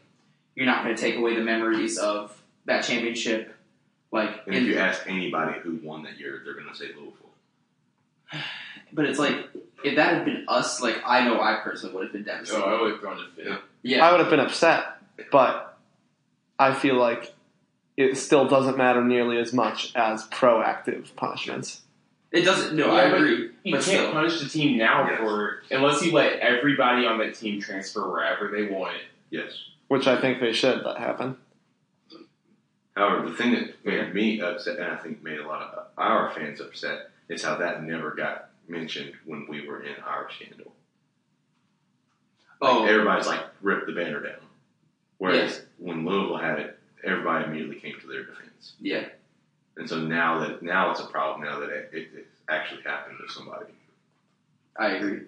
S3: you're not going to take away the memories of that championship. Like,
S4: And if you ask anybody who won that year, they're gonna say Louisville.
S3: but it's like if that had been us, like I know I personally would have been devastated.
S1: So Oh, I would have thrown a fit.
S3: yeah,
S2: I would have been upset, but I feel like it still doesn't matter nearly as much as proactive punishments.
S3: it doesn't. No,
S1: Yeah,
S3: I
S1: but
S3: agree.
S1: You can't
S3: But still.
S1: punish the team now
S4: Yes.
S1: for unless you let everybody on that team transfer wherever they want.
S4: Yes.
S2: Which I think they should let happen.
S4: However, the thing that made me upset, and I think made a lot of our fans upset, is how that never got mentioned when we were in our scandal. Like,
S3: Oh,
S4: everybody's like, rip the banner down. Whereas when Louisville had it, everybody immediately came to their defense.
S3: yeah.
S4: And so now that now it's a problem. Now that it, it, it actually happened to somebody.
S3: I agree.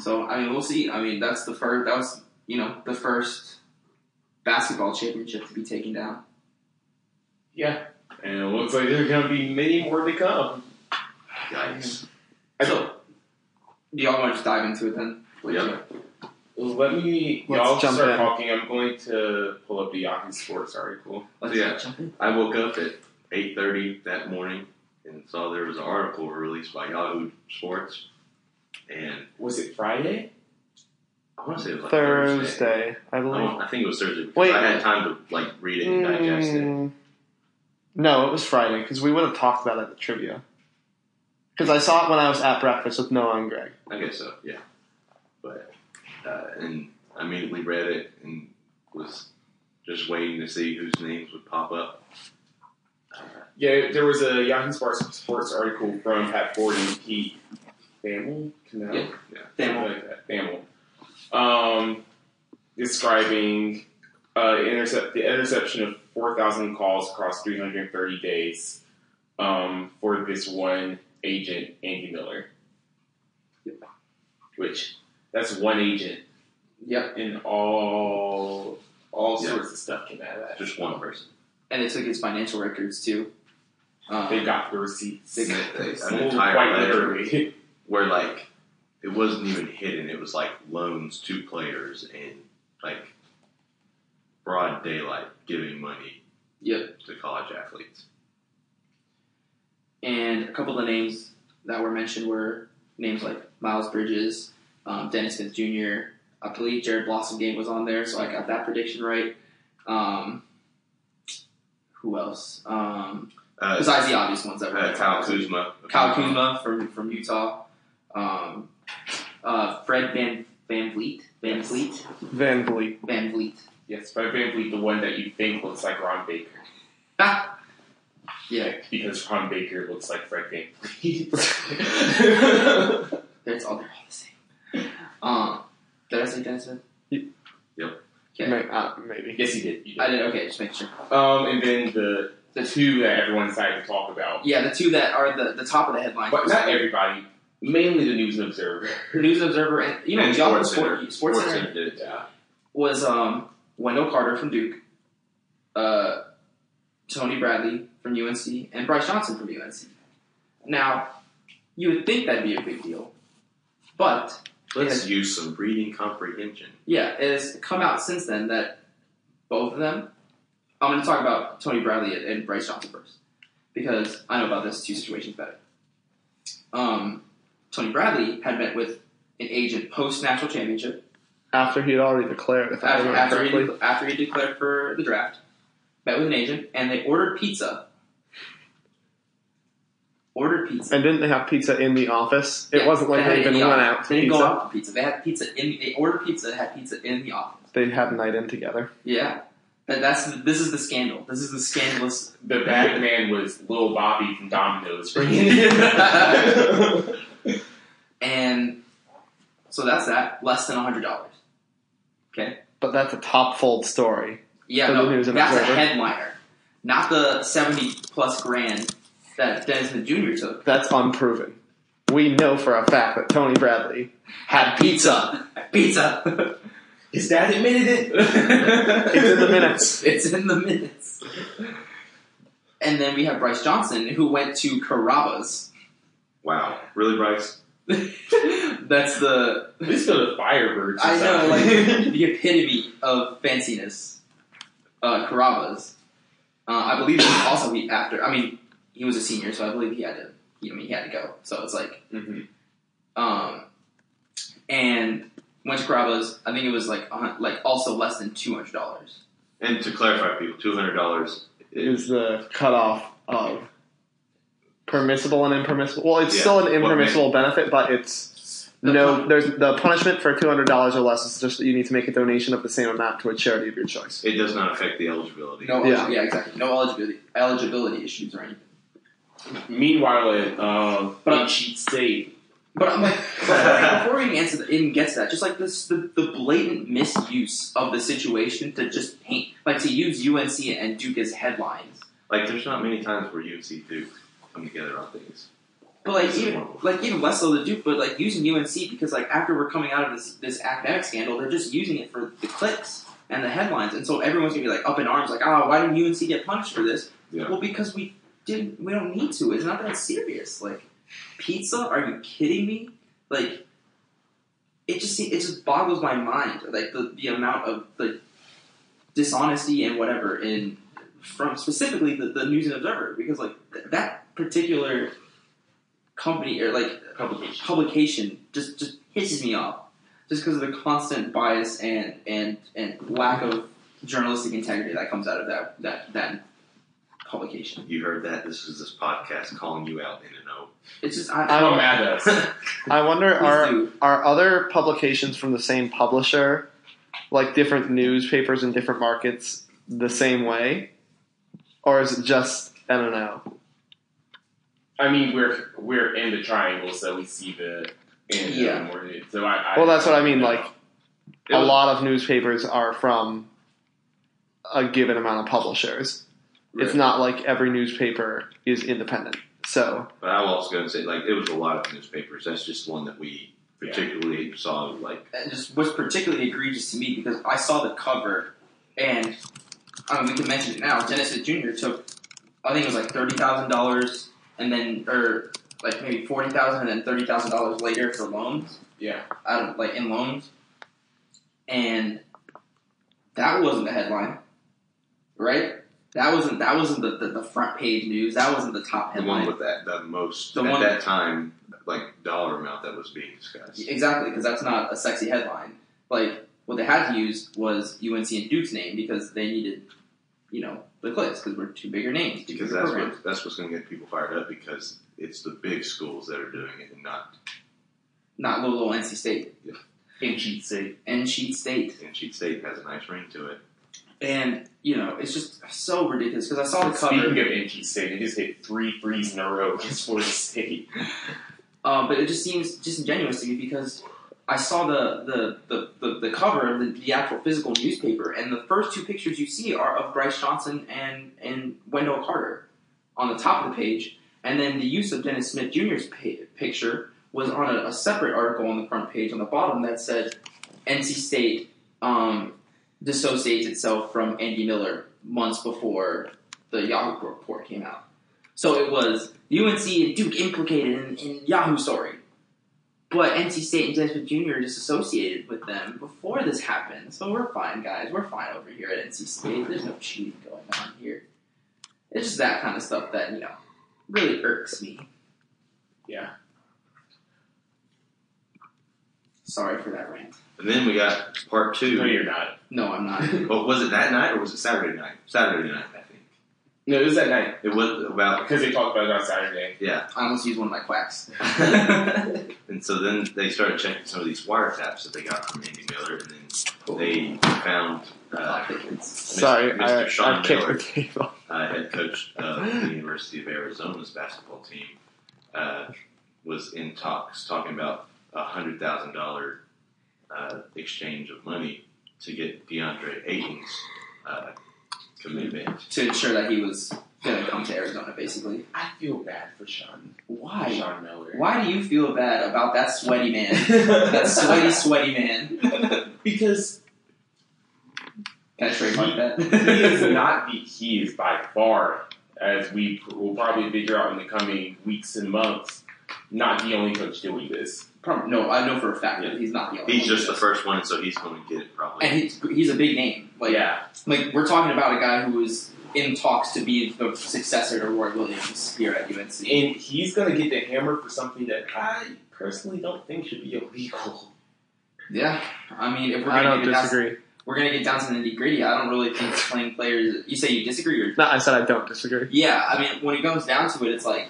S3: So I mean, we'll see. I mean, that's the first. That was you know the first basketball championship to be taken down.
S1: Yeah, and it looks like there's gonna be many more to come.
S4: Yikes!
S3: So do y'all want to just dive into it then? Please?
S4: Yeah.
S1: Let me
S2: Let's
S1: y'all
S2: jump
S1: start
S2: in.
S1: talking. I'm going to pull up the Yahoo Sports article.
S3: Let's
S4: Yeah.
S3: jump in.
S4: I woke up at eight thirty that morning and saw there was an article released by Yahoo Sports, and
S1: Was it Friday?
S4: I want to say it was like
S2: Thursday, I
S4: I,
S2: believe.
S4: don't- I think it was Thursday. because
S2: Wait.
S4: I had time to like read it and digest it.
S2: Mm, no, it was Friday because we would have talked about it at trivia. Because I saw it when I was at breakfast with Noah and Greg.
S4: I guess so, yeah. But uh, and I immediately read it and was just waiting to see whose names would pop up.
S1: Yeah, there was a Yahoo Sports Sports article from Pat Ford and Pete Thamel. No.
S3: Yeah.
S1: Something
S3: Then
S1: like that. Thamel. Um, describing uh, intercept the interception of 4,000 calls across 330 days um, for this one agent, Andy Miller. Which that's one agent,
S3: Yep.
S1: and all all
S4: Yeah.
S1: sorts of stuff came out of that.
S4: Just one person.
S3: And they took his financial records too. Um,
S1: They got the receipts.
S3: They
S4: got the- an
S1: Well,
S4: entire
S1: quite
S4: ledger.
S1: literally.
S4: Where like it wasn't even hidden. It was like loans to players and like broad daylight giving money
S3: Yep.
S4: to college athletes.
S3: and a couple of the names that were mentioned were names like Miles Bridges, um, Dennis Smith Jr. I believe Jared Blossom game was on there, so I got that prediction right. Um, who else? Um,
S4: Uh,
S3: besides the obvious ones that were
S4: uh, Kyle Kuzma.
S3: Kyle Kuzma from from Utah, um, uh, Fred Van Van Vliet, Van Vliet,
S2: Van Vliet.
S3: Van Vliet.
S1: [laughs] yes, but Van Vliet, the one that you think looks like Ron Baker. [laughs]
S3: Yeah,
S1: Because Ron Baker looks like Fred Van Vliet. [laughs]
S3: that's all. They're all the same. Um, did I say Dennis Smith? Yeah.
S2: May- uh, maybe.
S1: yes, he did. You did.
S3: I did. Okay, just make sure.
S1: Um, and then the the two that everyone decided to talk about,
S3: Yeah, the two that are the, the top of the headline.
S1: but not everybody. Mainly the News and Observer.
S3: News Observer, and you know,
S4: And
S3: y'all
S4: Sports
S3: Sport-
S4: Center.
S3: Sports Center
S4: Center did it.
S1: Yeah.
S3: was um, Wendell Carter from Duke, uh, Tony Bradley from UNC, and Bryce Johnson from UNC. Now, you would think that'd be a big deal, but
S4: Let's use some reading comprehension.
S3: yeah, it has come out since then that both of them. I'm going to talk about Tony Bradley and- and Bryce Johnson first because I know about those two situations better. Um, Tony Bradley had met with an agent post national championship.
S2: After he had already declared, if I
S3: after,
S2: remember
S3: after,
S2: correctly.
S3: he, after he declared for the draft, met with an agent, and they ordered pizza. Ordered pizza.
S2: And didn't they have pizza in the office? It
S3: Yeah,
S2: wasn't like
S3: they had
S2: they
S3: it in
S2: even
S3: the
S2: went
S3: office.
S2: out
S3: They
S2: to
S3: didn't
S2: pizza.
S3: go out for pizza. They had pizza in. They ordered pizza. Had pizza in the office.
S2: They had a night in together.
S3: Yeah. That, that's this is the scandal. This is the scandalous.
S1: The Batman was Lil Bobby from Domino's [laughs] bringing [laughs]
S3: And so that's that. Less than hundred dollars.
S2: But that's a top fold story.
S3: Yeah,
S2: For the
S3: no,
S2: News and
S3: that's
S2: Observer.
S3: a headliner, not the seventy plus grand that Dennis Smith Jr. took.
S2: That's unproven. We know for a fact that Tony Bradley had pizza.
S3: Pizza. [laughs]
S1: His dad admitted it.
S2: It's in the minutes.
S3: it's in the minutes. And then we have Bryce Johnson, who went to Carrabba's. [laughs]
S4: Wow, really, Bryce?
S3: That's the
S1: This is the Firebird.
S3: I know,
S1: Society.
S3: like [laughs] the epitome of fanciness. Uh, Carrabba's. Uh, I believe he was also he after. I mean, he was a senior, so I believe he had to. You know, he had to go. So it's like,
S1: Mhm.
S3: um, and went to Carrabba's. I think it was like, a hun- like also less than two hundred dollars.
S4: And to clarify, people, two hundred dollars
S2: Is the cutoff of permissible and impermissible. Well, it's
S4: Yeah.
S2: still an
S4: What
S2: impermissible benefit, but it's
S3: The
S2: no.
S3: pun-
S2: there's the punishment for two hundred dollars or less is just that you need to make a donation of the same amount to a charity of your choice.
S4: It does not affect the eligibility.
S3: No,
S2: Yeah.
S3: yeah. exactly. No eligibility eligibility issues or anything. [laughs]
S1: Meanwhile, at um,
S3: But-
S1: Big Cheat State,
S3: But I'm like,
S1: [laughs]
S3: before, before we even answer that, even get to that, just like this, the, the blatant misuse of the situation to just paint, like to use UNC and Duke as headlines.
S4: Like, there's not many times where you and C Duke come together on things.
S3: But like
S4: This is
S3: even
S4: horrible.
S3: like even Weslow the Duke, but like using UNC because like after we're coming out of this this academic scandal, they're just using it for the clicks and the headlines, and so everyone's gonna be like up in arms, like, oh, why didn't UNC get punished for this?
S4: Yeah.
S3: Well, because we didn't, we don't need to. It's not that serious. Like pizza? Are you kidding me? Like it just se- it just boggles my mind. Like the the amount of the dishonesty and whatever in from specifically the, the News and Observer because like th- that particular company or like [laughs]
S1: publication.
S3: publication just just pisses me off just because of the constant bias and and and lack of journalistic integrity that comes out of that that that publication.
S4: You heard that. This is this podcast calling you out in a no.
S3: It's just I,
S2: I
S1: I'm
S2: don't-
S1: mad at us.
S3: [laughs]
S2: I wonder
S3: Please
S2: are
S3: do.
S2: are other publications from the same publisher, like different newspapers in different markets, the same way, or is it just I don't know?
S1: I mean, we're we're in the triangle, so we see the in
S3: Yeah.
S1: more than- So I, I
S2: Well, that's what I mean, like,
S4: It
S2: a
S4: was-
S2: lot of newspapers are from a given amount of publishers. It's
S4: Right.
S2: not like every newspaper is independent. So
S4: But I was also going to say, like, it was a lot of newspapers. That's just one that we
S1: Yeah.
S4: particularly saw. Like,
S3: and just was particularly egregious to me because I saw the cover, and I mean we can mention it now. Dennis Smith Jr. took, I think it was like thirty thousand dollars, and then or like maybe forty thousand, and then thirty thousand dollars later for loans.
S1: Yeah.
S3: out of like in loans, and that wasn't the headline, right? That wasn't that wasn't the, the, the front page news. That wasn't the top
S4: the one
S3: headline.
S4: with that the most
S3: The
S4: at
S3: one-
S4: that time, like dollar amount that was being discussed.
S3: Exactly, because that's not a sexy headline. Like what they had to use was UNC and Duke's name because they needed, you know, the clicks because we're two bigger names. two
S4: because
S3: bigger
S4: that's
S3: programs.
S4: what that's what's going to get people fired up because it's the big schools that are doing it and not
S3: not little old NC State
S1: in Cheat State.
S3: and Sheet State,
S4: and Sheet State has a nice ring to it.
S3: and you know it's just so ridiculous because I saw the cover,
S1: Speaking of in Cheat State, it just hit three threes in a row against Florida
S3: [laughs]
S1: State.
S3: uh, but it just seems disingenuous to me because I saw the the the, the, the cover of the, the actual physical newspaper, and the first two pictures you see are of Bryce Johnson and and Wendell Carter on the top of the page, and then the use of Dennis Smith Jr.'s pa- picture was on a, a separate article on the front page on the bottom that said NC State um, dissociates itself from Andy Miller months before the Yahoo report came out. So it was UNC and Duke implicated in, in Yahoo story. But NC State and Dennis Smith Jr. are just associated with them before this happened. So we're fine, guys. We're fine over here at NC State. There's no cheating going on here. It's just that kind of stuff that, you know, really irks me.
S1: Yeah.
S3: Sorry for that rant.
S4: And then we got part
S1: No,
S4: two.
S1: you're not.
S3: No, I'm not.
S4: But was it that night or was it Saturday night? Saturday night, I think.
S1: No, it was that night
S4: It was
S1: [laughs]
S4: about
S1: because they talked about it on Saturday.
S4: yeah.
S3: I almost used one of my
S4: [laughs]
S3: quacks. Uh,
S4: And so then they started checking some of these wiretaps that they got from Andy Miller, and then they found uh,
S2: Sorry,
S4: Mr.
S2: I,
S4: Sean
S2: I kicked
S4: Miller.
S2: the table.
S4: uh, head coach of the University of Arizona's basketball team, uh, was in talks talking about a hundred thousand dollar uh, exchange of money to get DeAndre Ayton's uh, commitment.
S3: to ensure that he was gonna come to Arizona, basically.
S1: I feel bad for Sean.
S3: Why?
S1: Sean Miller.
S3: Why [laughs] do you feel bad about that sweaty man? that sweaty, sweaty man.
S1: [laughs] because
S3: Can I trademark that?
S1: he is
S3: [laughs]
S1: not the he is by far, as we pr- will probably figure out in the coming weeks and months, not the only coach doing this.
S3: Prob- no, I know for a fact that he's not the only.
S4: He's
S3: one
S4: just
S3: who
S4: the
S3: does.
S4: first one, so he's going to get it probably.
S3: and he's he's a big name. Like
S1: yeah,
S3: like we're talking about a guy who was in talks to be the successor to Roy Williams here at UNC.
S1: and he's gonna get the hammer for something that I personally don't think should be illegal.
S3: Yeah, I mean, if [laughs] we're
S2: I
S3: gonna
S2: don't
S3: get down,
S2: disagree.
S3: we're gonna get down to the nitty gritty. I don't really think playing players. You say you disagree or
S2: No, I said I don't disagree.
S3: Yeah, I mean, when it comes down to it, it's like,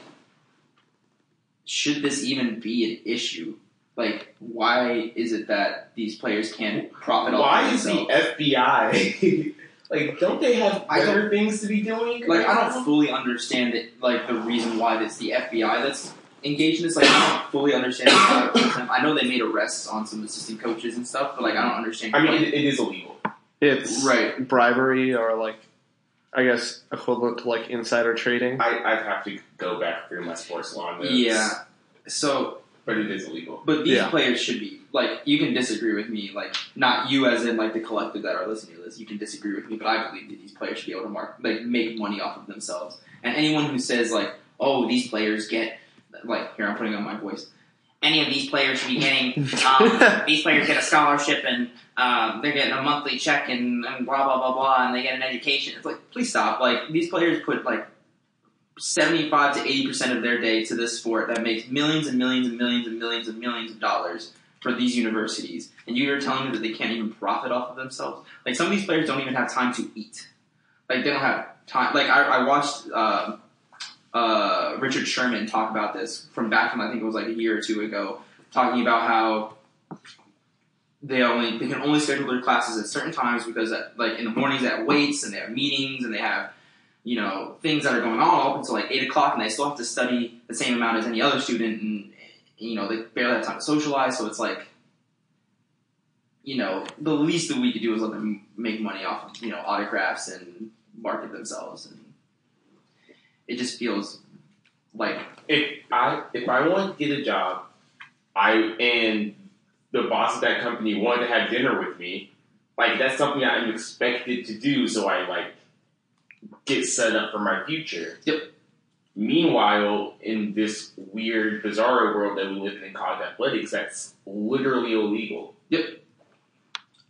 S3: should this even be an issue? Like, why is it that these players can't profit off?
S1: Why
S3: of
S1: is the
S3: themselves?
S1: FBI [laughs] like? Don't they have
S3: I
S1: better things to be doing?
S3: like? I don't fully understand it. Like the reason why it's the FBI that's engaged in this. Like, I don't fully understand. the product of them. I know they made arrests on some assistant coaches and stuff, but like, I don't understand.
S1: I mean,
S3: why-
S1: it, it is illegal.
S2: It's
S3: right?
S2: bribery or like, I guess equivalent to like insider trading.
S1: I I would have to go back through my sports law notes.
S3: Yeah. So
S1: but it is illegal.
S3: But these
S2: Yeah.
S3: players should be like you can disagree with me, like not you as in like the collective that are listening to this. You can disagree with me, but I believe that these players should be able to mark like make money off of themselves. And anyone who says like, oh, these players get like here I'm putting on my voice.
S5: any of these players should
S2: [laughs]
S5: be getting.
S3: Ah.
S5: Um, these players get a scholarship and um, they're getting a monthly check and, and blah blah blah blah, and they get an education.
S3: It's like please stop. Like these players put like seventy five to eighty percent of their day to this sport that makes millions and millions and millions and millions and millions of dollars for these universities. And you're telling me that they can't even profit off of themselves? Like some of these players don't even have time to eat. like they don't have time. Like I, I watched uh, uh, Richard Sherman talk about this from back from I think it was like a year or two ago, talking about how they only they can only schedule their classes at certain times because at, like in the mornings they have weights and they have meetings and they have you know things that are going on up until like eight o'clock and they still have to study the same amount as any other student and you know they barely have time to socialize so it's like. You know, the least that we could do is let them make money off of, you know, autographs and market themselves and it just feels like
S1: if I if I wanted to get a job, I and the boss of that company wanted to have dinner with me, like that's something that I'm expected to do, so I like get set up for my future.
S3: Yep.
S1: Meanwhile, in this weird, bizarre world that we live in in college athletics, that's literally illegal.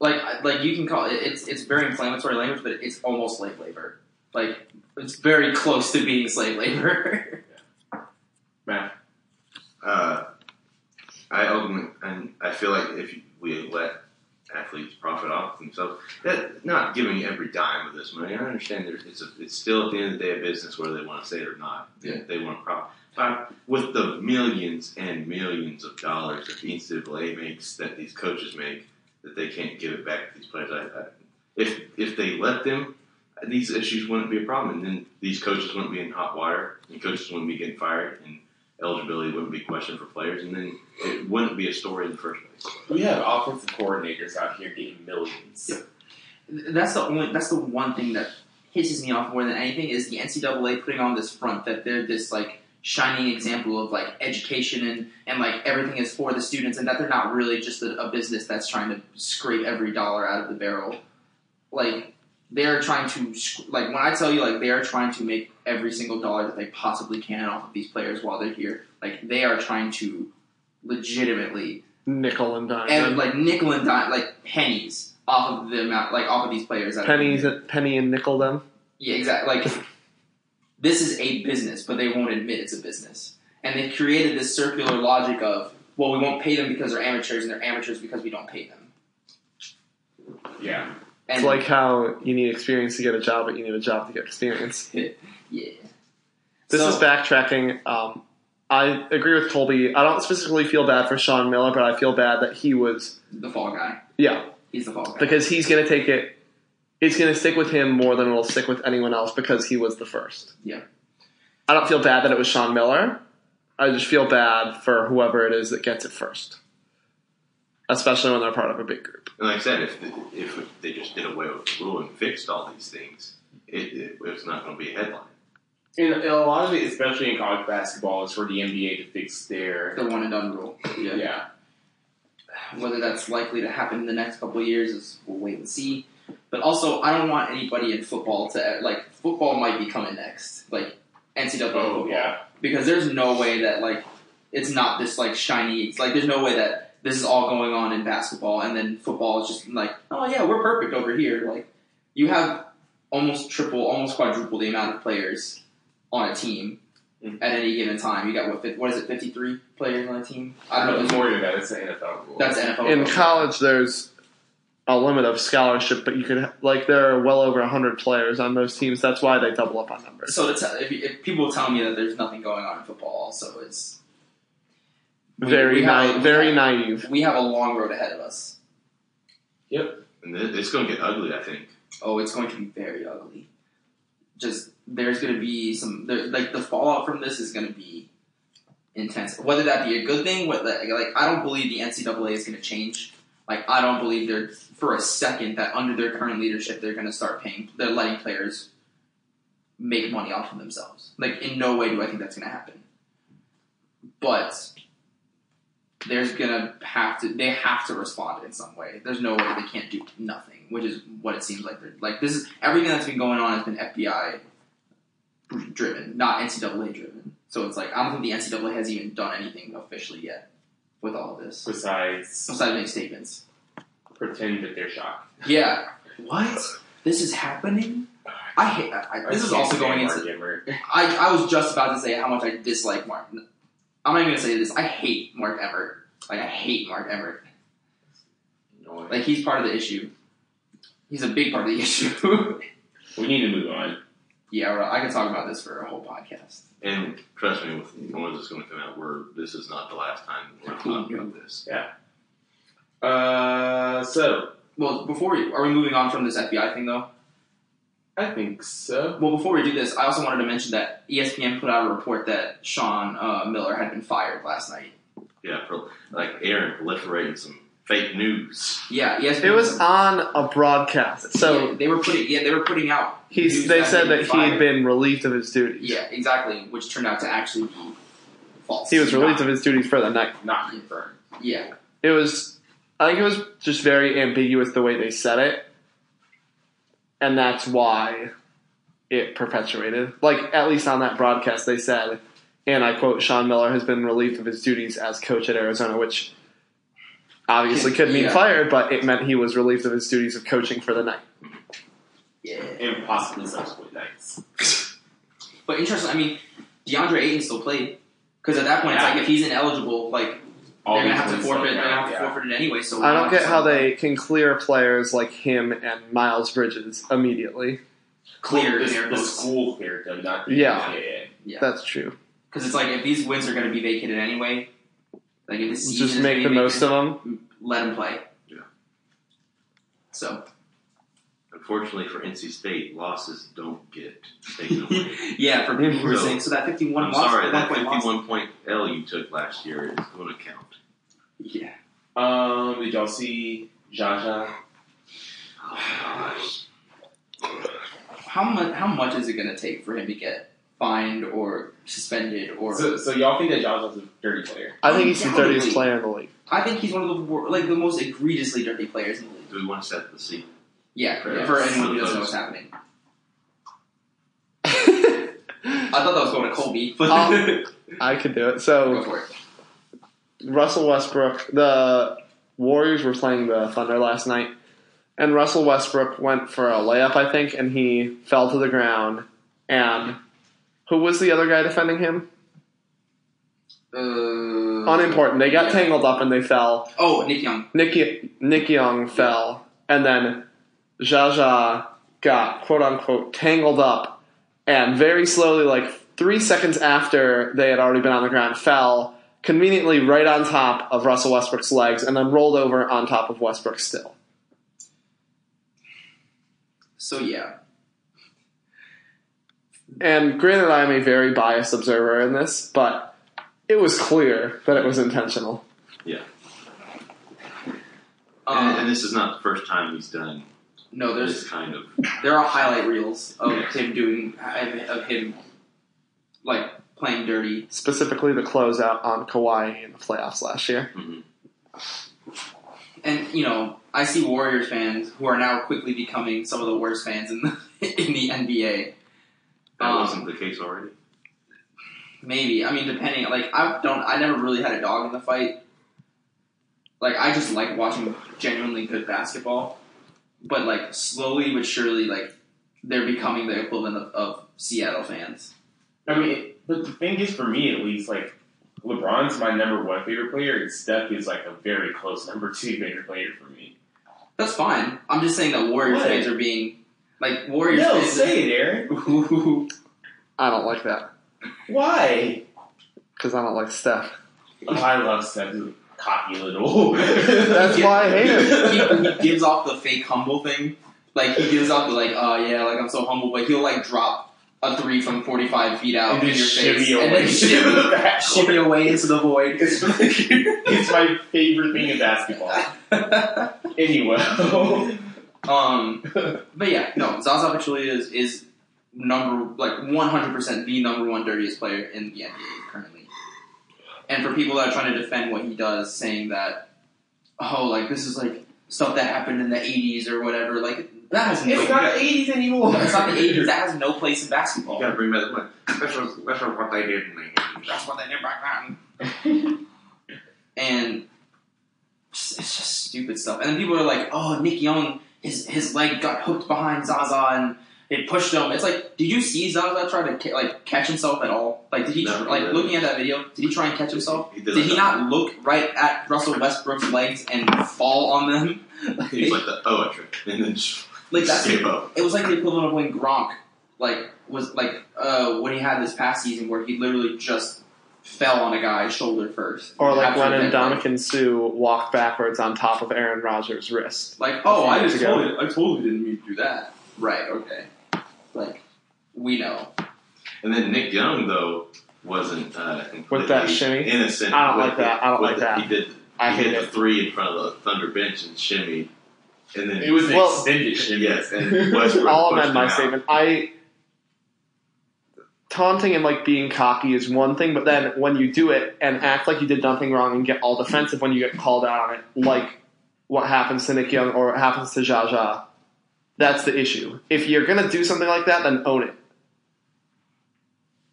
S3: like like you can call it it's it's very inflammatory language but it's almost slave labor like it's very close to being slave labor [laughs]
S1: Man,
S4: uh, I ultimately, and I feel like if we let athletes profit off themselves, that not giving every dime of this money. I understand there's it's a, it's still at the end of the day a business whether they want to say it or not.
S3: Yeah.
S4: They want to profit. But with the millions and millions of dollars that the NCAA makes, that these coaches make, that they can't give it back to these players. I, I, if if they let them, these issues wouldn't be a problem, and then these coaches wouldn't be in hot water, and coaches wouldn't be getting fired, and eligibility wouldn't be questioned for players, and then it wouldn't be a story in the first place.
S1: we have offensive coordinators out here getting millions.
S3: that's the only that's the one thing that pisses me off more than anything is the ncaa putting on this front that they're this like shining example of like education and, and like everything is for the students and that they're not really just a, a business that's trying to scrape every dollar out of the barrel like they're trying to sc- like when i tell you like they are trying to make every single dollar that they possibly can off of these players while they're here like they are trying to legitimately
S2: Nickel and dime.
S3: and like nickel and dime, like pennies off of the amount, like off of these players. That are-
S2: pennies, penny and nickel them.
S3: yeah, exactly. Like this is a business, but they won't admit it's a business, and they created this circular logic of, well, we won't pay them because they're amateurs, and they're amateurs because we don't pay them.
S1: Yeah.
S3: And
S2: it's like how you need experience to get a job, but you need a job to get experience.
S3: yeah,
S2: This
S3: So-
S2: is backtracking. Um, I agree with Colby. I don't specifically feel bad for Sean Miller, but I feel bad that he was
S3: the fall guy.
S2: yeah
S3: He's the fall guy.
S2: because he's going to take it it's going to stick with him more than it'll stick with anyone else because he was the first.
S3: Yeah.
S2: I don't feel bad that it was Sean Miller. I just feel bad for whoever it is that gets it first, especially when they're part of a big group.
S4: And like I said, if if they just did away with the rule and fixed all these things, it, it it's not going to be a headline.
S1: And a lot of it, especially in college basketball, is for the NBA to fix their
S3: The one and done rule. Yeah.
S1: yeah.
S3: Whether that's likely to happen in the next couple of years is we'll wait and see. But also, I don't want anybody in football to like football might be coming next, like NCAA
S1: Oh
S3: football,
S1: yeah.
S3: because there's no way that like it's not this like shiny. It's like there's no way that this is all going on in basketball, and then football is just like, oh yeah, we're perfect over here. Like you have almost triple, almost quadruple the amount of players on a team.
S1: Mhm.
S3: At any given time, you got what? fif- What is it? Fifty-three players on a team.
S1: But
S3: I don't know.
S1: it's more than that. It's the NFL rule.
S3: That's NFL.
S2: In college, there's a limit of scholarship, but you could like there are well over hundred players on most teams. That's why they double up on numbers.
S3: So to tell, if, if people tell me that there's nothing going on in football, also is we-
S2: Very
S3: we have-
S2: naive. Very naive.
S3: we have a long road ahead of us.
S4: And it- it's going to get ugly, I think.
S3: Oh, it's going to be very ugly. Just there's going to be some there, like the fallout from this is going to be intense. Whether that be a good thing, what like like, I don't believe the NCAA is going to change. Like I don't believe they're for a second that under their current leadership they're going to start paying. They're letting players make money off of themselves. Like in no way do I think that's going to happen. But there's gonna have to they have to respond in some way. There's no way they can't do nothing, which is what it seems like they're like this is everything that's been going on has been FBI driven, not NCAA driven. So it's like I don't think the NCAA has even done anything officially yet with all of this.
S1: Besides,
S3: Besides make statements.
S1: pretend that they're shocked.
S3: Yeah. What? This is happening? I hate I, this is also going into
S1: into.
S3: I, I was just about to say how much I dislike Mark. I'm not even gonna say this. I hate Mark Everett. Like I hate Mark Everett. Like he's part of the issue. He's a big part of the [laughs] issue.
S1: We need to move on.
S3: yeah, well, I could talk about this for a whole podcast.
S4: And trust me, with the ones that's going to come out, we're this is not the last time we're talking about this.
S1: Uh, so
S3: Well, before we are we moving on from this FBI thing though?
S1: I think so.
S3: Well, before we do this, I also wanted to mention that E ESPN put out a report that Sean uh, Miller had been fired last night.
S4: Yeah, pro- like Aaron proliferating some fake news.
S3: Yeah, E ESPN.
S2: It was on a broadcast, so
S3: Yeah, they were putting yeah they were putting out.
S2: he's.
S3: news
S2: They
S3: that
S2: said that
S3: been
S2: he had
S3: fired.
S2: been relieved of his duties.
S3: Yeah, exactly, which turned out to actually be false.
S2: He was relieved of
S3: Not-
S2: his duties for the night.
S1: Not confirmed.
S3: yeah,
S2: it was I think it was just very ambiguous the way they said it. And that's why it perpetuated. Like at least on that broadcast they said, and I quote, Sean Miller has been relieved of his duties as coach at Arizona, which obviously could mean
S3: Yeah.
S2: fired, but it meant he was relieved of his duties of coaching for the night.
S3: yeah.
S1: And possibly subsequent nights.
S3: But interesting. I mean, DeAndre Ayton still played because at that point, it's
S1: Yeah.
S3: like if he's ineligible, like
S1: All
S3: they're gonna
S1: these
S3: have to
S1: ones
S3: forfeit.
S1: don't
S3: They're gonna have to
S1: count, yeah.
S3: forfeit it anyway. So
S2: I
S3: why
S2: don't get how
S3: not?
S2: they can clear players like him and Miles Bridges immediately.
S3: clear
S1: This-
S3: in their
S1: the
S3: books.
S1: school cleared them, not the
S2: Yeah.
S1: NCAA.
S3: Yeah.
S2: That's true.
S3: because it's like if these wins are gonna be vacated anyway, like if the season
S2: Just
S3: is
S2: make the
S3: gonna be
S2: most of them.
S3: vacated, let him play.
S4: Yeah.
S3: So [laughs]
S4: Unfortunately for NC State, losses don't get taken
S3: [laughs]
S4: away.
S3: yeah, for people who are
S4: So-
S3: saying so that fifty-one
S4: I'm
S3: loss,
S4: sorry, that
S3: one point loss-
S4: 51 point L you took last year is going to count.
S3: Yeah,
S1: Um, did y'all see Zsa Zsa?
S4: Oh, gosh.
S3: how much? How much is it gonna take for him to get fined or suspended or?
S1: So, so y'all think that Zsa Zsa's a dirty player?
S2: I think he's the
S3: Undoubtedly.
S2: dirtiest player in the league. [laughs]
S3: I think he's one of the wor- like the most egregiously dirty players in the league.
S4: Do we want to set the scene?
S3: Yeah, for,
S1: Yeah.
S3: for anyone who doesn't know what's happening. I
S2: I
S3: thought that was going to Colby, but
S2: Um, could do it. So
S3: go for it.
S2: Russell Westbrook, the Warriors were playing the Thunder last night, and Russell Westbrook went for a layup, I think, and he fell to the ground. And who was the other guy defending him?
S3: Uh,
S2: Unimportant. They got
S3: yeah.
S2: tangled up and they fell.
S3: Oh, Nick Young.
S2: Nick, Nick Young fell, and then Zsa Zsa got quote unquote tangled up, and very slowly, like three seconds after they had already been on the ground, fell conveniently right on top of Russell Westbrook's legs, and then rolled over on top of Westbrook still.
S3: So yeah,
S2: And granted, I'm a very biased observer in this, but it was clear that it was intentional.
S3: um,
S4: and, and this is not the first time he's done
S3: no,
S4: this
S3: Oh, there's
S4: kind of.
S3: there are highlight reels of
S4: Yeah.
S3: him doing of him like playing dirty.
S2: Specifically, the closeout on Kawhi in the playoffs last year.
S4: mhm.
S3: and you know, I see Warriors fans who are now quickly becoming some of the worst fans in the [laughs] in the NBA.
S4: That
S3: Um,
S4: wasn't the case already.
S3: Maybe I mean, depending. Like I don't, I never really had a dog in the fight. Like I just like watching genuinely good basketball, but like slowly but surely, like they're becoming the equivalent of, of Seattle fans.
S1: I mean, it- but the thing is, for me at least, like LeBron's my number one favorite player, and Steph is like a very close number two favorite player for me.
S3: That's fine. I'm just saying that Warriors
S1: What?
S3: fans are being like Warriors.
S1: No,
S3: fans,
S1: say it, Aaron.
S3: [laughs]
S2: I don't like that
S1: Why?
S2: because I don't like Steph.
S1: Oh, I love Steph. He's a cocky little.
S2: That's why I hate
S3: [laughs] he,
S2: him.
S3: he gives off the fake humble thing. Like he gives off the like, oh yeah, like I'm so humble, but he'll like drop a three from 45 feet out
S1: And
S3: in
S1: then
S3: your face,
S1: shimmy
S3: and
S1: away [laughs]
S3: then shimmy, shimmy away into the void.
S1: It's, it's my favorite thing in basketball. Anyway.
S3: um, but yeah, no, Zaza Pachulia is is number like 100 percent the number one dirtiest player in the NBA currently. And for people that are trying to defend what he does, saying that oh, like this is like stuff that happened in the 80s or whatever, like that has no
S1: it's not the 80s anymore.
S3: That's not the 80s. That has no place in basketball.
S4: You gotta bring back the This was, this was what they did in the 80s.
S3: That's what they did back then. And it's it's just stupid stuff. And then people are like, oh, Nick Young, his, his leg got hooked behind Zaza and it pushed him. It's like, did you see Zaza try to ca- like catch himself at all? Like, did he,
S4: No,
S3: tr- like,
S4: no.
S3: looking at that video, did he try and catch himself?
S4: He
S3: Did he
S4: like
S3: not look right at Russell Westbrook's legs and fall on them? [laughs]
S4: the- He was like the oh trick, and then just
S3: Like, that's
S4: gave up.
S3: it was like the equivalent of when Gronk like was like uh when he had this past season where he literally just fell on a guy shoulder first.
S2: Or like
S3: After
S2: when
S3: a deadlift.
S2: Dominican Sue walked backwards on top of Aaron Rodgers' wrist.
S3: Like, oh, I just
S2: Ago.
S3: totally, I totally didn't mean to do that. Right. Okay. Like, we know.
S4: And then Nick Young though wasn't uh,
S2: With that
S4: completely
S2: shimmy?
S4: innocent.
S2: I don't
S4: with
S2: like
S4: the-
S2: that. I don't
S4: with
S2: like
S4: the-
S2: that.
S4: He did.
S2: I
S4: he
S2: hate
S4: hit
S2: it.
S4: the three in front of the Thunder bench and shimmy, and then
S1: It was an
S2: Well-
S1: extended shimmy.
S4: [laughs] yes,
S2: [laughs]
S4: and Westbrook
S2: I'll amend
S4: pushed him
S2: my
S4: out.
S2: statement. I taunting and like being cocky is one thing, but then when you do it and act like you did nothing wrong and get all defensive when you get called out on it, like what happens to Nick Young or what happens to Zha Zha, that's the issue. If you're gonna do something like that, then own it.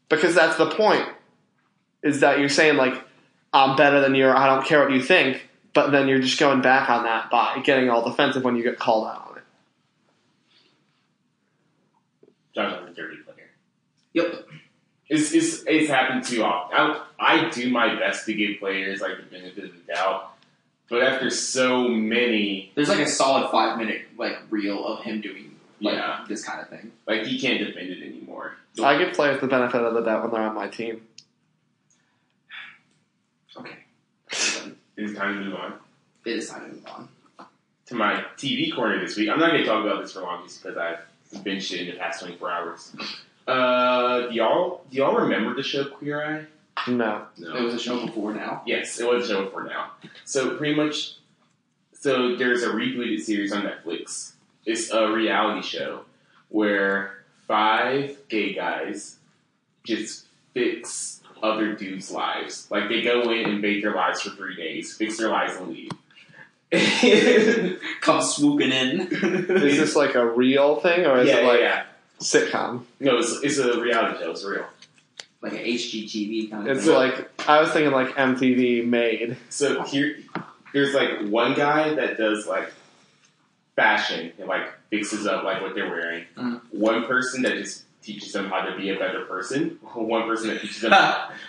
S2: Because that's the point. Is that you're saying like, I'm better than you or I don't care what you think, but then you're just going back on that by getting all defensive when you get called out on it.
S1: Josh is a dirty player.
S3: Yep.
S1: It's, it's, it's happened too often. I, I do my best to give players like the benefit of the doubt, but after so many,
S3: There's like a solid five minute like reel of him doing like
S1: Yeah.
S3: this kind of thing.
S1: like he can't defend it anymore.
S2: I give players the benefit of the doubt when they're on my team.
S3: Okay.
S1: It's time to move on.
S3: It is time to move on.
S1: to my TV corner this week. I'm not going to talk about this for long just because I've been shit in the past 24 hours. Uh, do y'all do y'all remember the show Queer Eye?
S4: [laughs]
S2: No.
S3: It
S4: No,
S3: was a show before now.
S1: Yes, it was a show for now. So pretty much, so there's a rebooted series on Netflix. It's a reality show where five gay guys just fix other dudes' lives. Like they go in and bake their lives for three days, fix their lives, and [laughs] leave.
S3: Come swooping in. [laughs]
S2: Is this like a real thing or is
S1: yeah,
S2: it like
S1: yeah, yeah.
S2: sitcom?
S1: No, it's, it's a reality show. It's real.
S3: Like a HGTV kind of
S2: It's
S3: thing.
S2: like I was thinking like MTV made.
S1: So here, there's like one guy that does like fashion and like fixes up like what they're wearing.
S3: Mhm.
S1: One person that just teaches them how to be a better person. [laughs] One person that teaches
S3: [laughs]
S1: them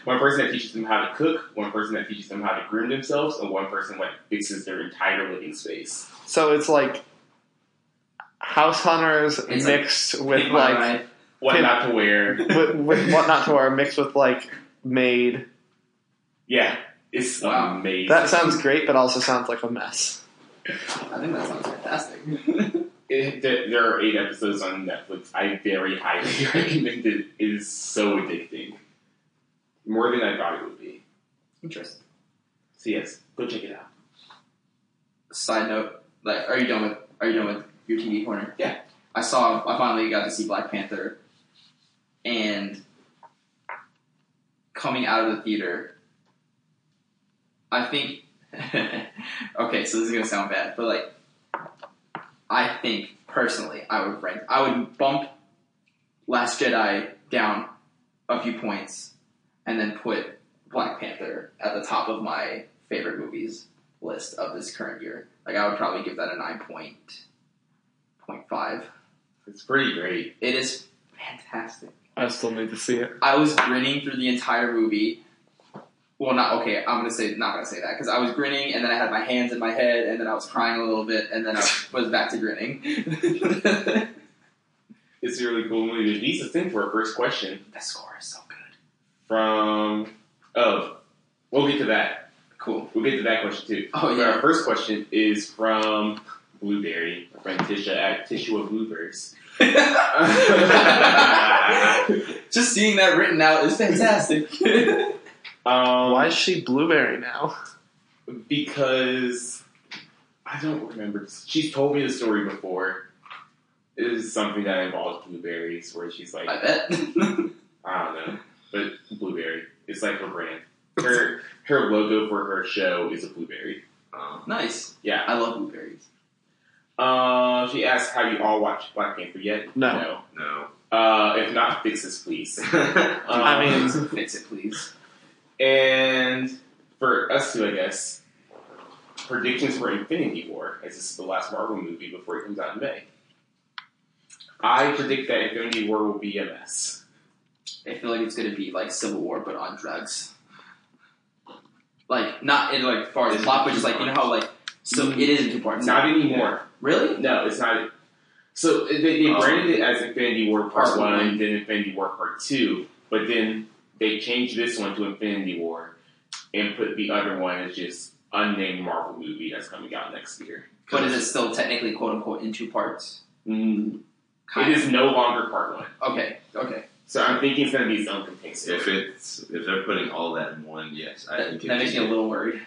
S1: one person that teaches them how to cook. One person that teaches them how to groom themselves, and one person like fixes their entire living space.
S2: So it's like House Hunters
S3: It's like
S2: mixed
S3: Pimp
S2: with
S3: My
S2: like
S3: Ride.
S1: What
S2: Him-
S1: not to wear?
S2: [laughs] with, with what not to wear mixed with like made.
S1: Yeah, it's
S3: Wow.
S1: amazing.
S2: That sounds great, but also sounds like a mess.
S3: I think that sounds fantastic.
S1: it, there, there are eight episodes on Netflix. I very highly [laughs] recommend it. It is so addicting, more than I thought it would be.
S5: Interesting.
S1: So yes, go check it out.
S3: Side note: Like, are you done with? Are you done with your TV corner?
S1: Yeah.
S3: I saw. I finally got to see Black Panther, and coming out of the theater, I think. [laughs] okay, so this is gonna sound bad, but like, I think personally, I would rank. I would bump Last Jedi down a few points, and then put Black Panther at the top of my favorite movies list of this current year. Like I would probably give that a nine point point five.
S1: It's pretty great.
S3: It is fantastic.
S2: I still need to see it.
S3: I was grinning through the entire movie. Well, not okay. I'm gonna say not gonna say that because I was grinning and then I had my hands in my head and then I was crying a little bit and then I was back to grinning. [laughs] the
S1: It's a really cool movie. There's Lisa thing for our first question
S3: score is so good.
S1: from oh, we'll get to that.
S3: Cool. [laughs]
S1: We'll get to that question too.
S3: Oh
S1: But
S3: yeah.
S1: our first question is from Blueberry, our friend Tisha at Tissue of [laughs] Um,
S3: [laughs]
S1: Bluebirds.
S3: Just seeing that written out is fantastic. [laughs]
S1: Um,
S2: Why is she blueberry now?
S1: because I don't remember. She's told me the story before. It is something that involves blueberries, where she's like,
S3: I bet. [laughs]
S1: I don't know, but blueberry. It's like her brand. Her her logo for her show is a blueberry.
S4: Um,
S3: nice.
S1: Yeah.
S3: I love blueberries.
S1: Uh, she asked, "Have you all watched Black Panther yet?"
S2: No.
S3: [laughs]
S4: no. [laughs]
S1: No. Uh, if not, fix this, please.
S2: I mean-
S1: Um,
S3: Fix it, please.
S1: and for us two, I guess predictions for Infinity War, as this is the last Marvel movie before it comes out in May. I predict that Infinity War will be a mess.
S3: I feel like it's gonna be like Civil War, but on drugs. Like not in like far as the plot, but just like you know how like so it is in two parts.
S1: Not anymore.
S3: really.
S1: No, it's not. So they, they
S4: Oh.
S1: branded it as Infinity War Part
S3: Part
S1: One,
S3: one.
S1: then Infinity War Part Two, but then they changed this one to Infinity War and put the other one as just unnamed Marvel movie that's coming out next year.
S3: But is it still technically quote unquote in two parts?
S1: Mm, It
S3: Kind
S1: is no longer Part One.
S3: of. Okay. Okay.
S1: So I'm thinking it's going to be its own contained story.
S4: If it's if they're putting all that in one, yes, I
S3: That,
S4: think
S3: that makes me a little worried.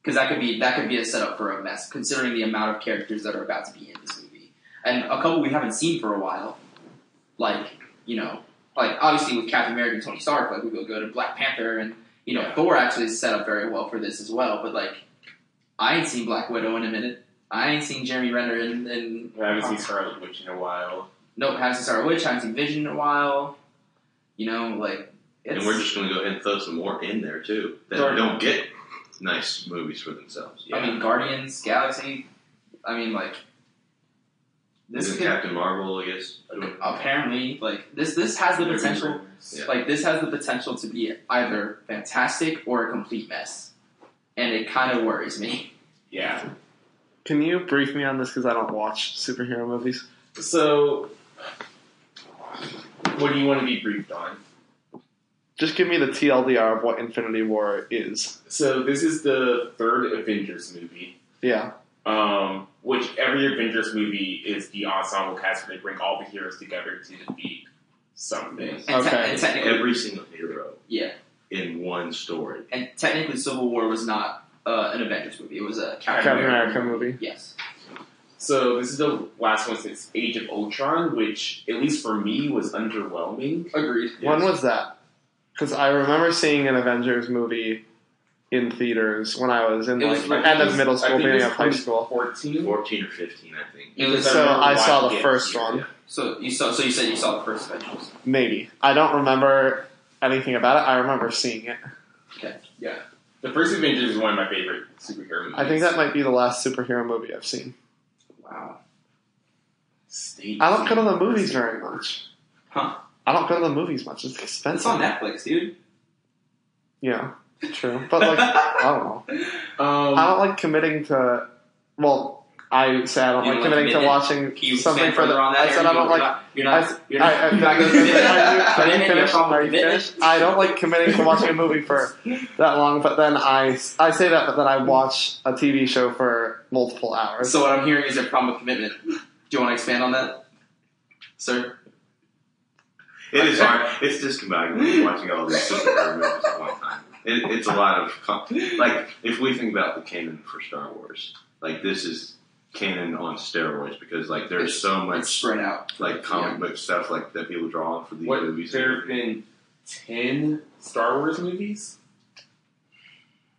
S3: Because that could be that could be a setup for a mess, considering the amount of characters that are about to be in this movie, and a couple we haven't seen for a while, like you know, like obviously with Captain America and Tony Stark, like we feel good, and Black Panther, and you know,
S1: Yeah.
S3: Thor actually is set up very well for this as well. But like, I ain't seen Black Widow in a minute. I ain't seen Jeremy Renner in, in
S1: I haven't seen Scarlet Witch in a while.
S3: Nope, haven't seen Star Witch, haven't seen Vision in a while. You know, like it's
S4: and we're just going to go ahead and throw some more in there too that
S3: Sorry.
S4: don't get nice movies for themselves.
S1: Yeah.
S3: I mean Guardians, Galaxy. I mean like this
S4: Isn't
S3: could-
S4: Captain Marvel, I guess.
S3: apparently like this this has the potential
S4: Yeah.
S3: like this has the potential to be either fantastic or a complete mess. And it kind of worries me. [laughs]
S1: Yeah.
S2: Can you brief me on this because I don't watch superhero movies?
S1: So, what do you want to be briefed on?
S2: Just give me the TLDR of what Infinity War is.
S1: So this is the third Avengers movie,
S2: Yeah.
S1: um, which every Avengers movie is the ensemble cast where they bring all the heroes together to defeat something.
S3: And, te-
S2: Okay.
S3: and technically,
S4: Every single hero
S3: yeah.
S4: in one story.
S3: And technically, Civil War was not uh, an Avengers movie. It was a Captain,
S2: Captain America movie.
S3: Yes.
S1: So this is the last one since Age of Ultron, which at least for me was underwhelming.
S3: Agreed.
S2: When was that? Because I remember seeing an Avengers movie in theaters when I was in
S3: It
S2: like,
S3: was like-
S1: I
S2: end of
S1: think
S2: middle
S1: it's- I
S2: school,
S1: think
S2: beginning
S1: it's
S2: of high school.
S1: 14.
S4: 14 or 15, I think.
S3: It was-
S1: Because
S2: So
S1: remember
S2: I saw
S1: watching
S2: the
S1: it.
S2: first one.
S3: So you saw. So you said you saw the first Avengers.
S2: Maybe. I don't remember anything about it. I remember seeing it.
S1: The first Avengers is one of my favorite superhero movies.
S2: I think that might be the last superhero movie I've seen.
S3: Wow.
S1: State
S2: I don't go to the movies very much.
S3: Huh.
S2: I don't go to the movies much. It's expensive.
S3: That's on Netflix, dude.
S2: Yeah, true. But
S3: [laughs]
S2: like, I don't know.
S1: Um,
S2: I don't like committing to. Well, I say I don't
S3: You
S2: like
S3: don't like
S2: committing to
S3: commitment?
S2: watching
S3: Can you
S2: something
S3: expand
S2: for the.
S3: further on that?
S2: I said
S3: Aaron?
S2: I don't
S3: You're
S2: like.
S3: not-
S2: I,
S3: You're not. You're
S2: I,
S3: not.
S2: I,
S3: you're not
S2: I,
S3: gonna commit.
S2: I,
S3: Commitment,
S2: I,
S3: you're
S2: finish,
S3: probably
S2: Are you
S3: commitment.
S2: finished? I don't like committing to watching a movie for that long. But then I, I say that, but then I watch a TV show for multiple hours.
S3: So what I'm hearing is a problem with commitment. Do you want to expand on that, sir?
S4: It is hard. It's discombobulating watching all these superhero movies at one time. It, it's a lot of com- like if we think about the canon for Star Wars, like this is canon on steroids because like there's
S3: It's-
S4: so
S3: It's
S4: much
S3: spread out.
S4: like comic book stuff like that people draw on for these
S1: What
S4: movies.
S1: there have been ten Star Wars movies?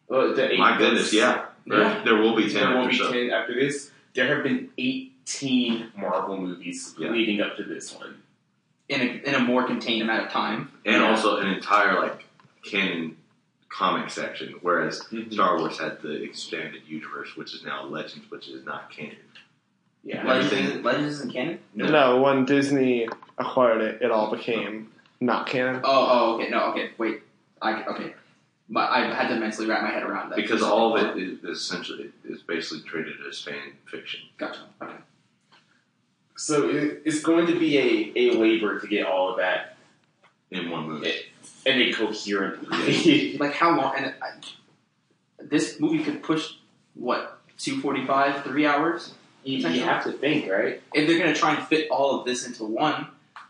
S1: Uh, the eight
S4: My goodness,
S1: books.
S4: yeah,
S3: Yeah.
S4: There will be ten.
S1: There will
S4: after
S1: be
S4: some-
S1: ten after this. There have been eighteen Marvel movies
S4: Yeah.
S1: leading up to this one.
S3: In a, in a more contained amount of time.
S4: and
S1: Yeah.
S4: also an entire like canon comic section, whereas Star Wars had the expanded universe, which is now Legends, which is not canon.
S1: Yeah.
S4: Like-
S5: Legends,
S4: everything-
S5: is- Legends isn't canon.
S4: No.
S2: No, when Disney acquired it, it all became not canon.
S3: Oh, oh, okay, no, okay, wait. I okay. But I had to mentally wrap my head around that
S4: because all of it is, is essentially is basically treated as fan fiction.
S3: Gotcha. Okay.
S1: So it, it's going to be a, a labor to get all of that
S4: in one movie.
S1: in a coherent [laughs] way.
S3: Like how long? And I, this movie could push what two forty five, three hours.
S1: you, you have to think, right?
S3: if they're gonna try and fit all of this into one,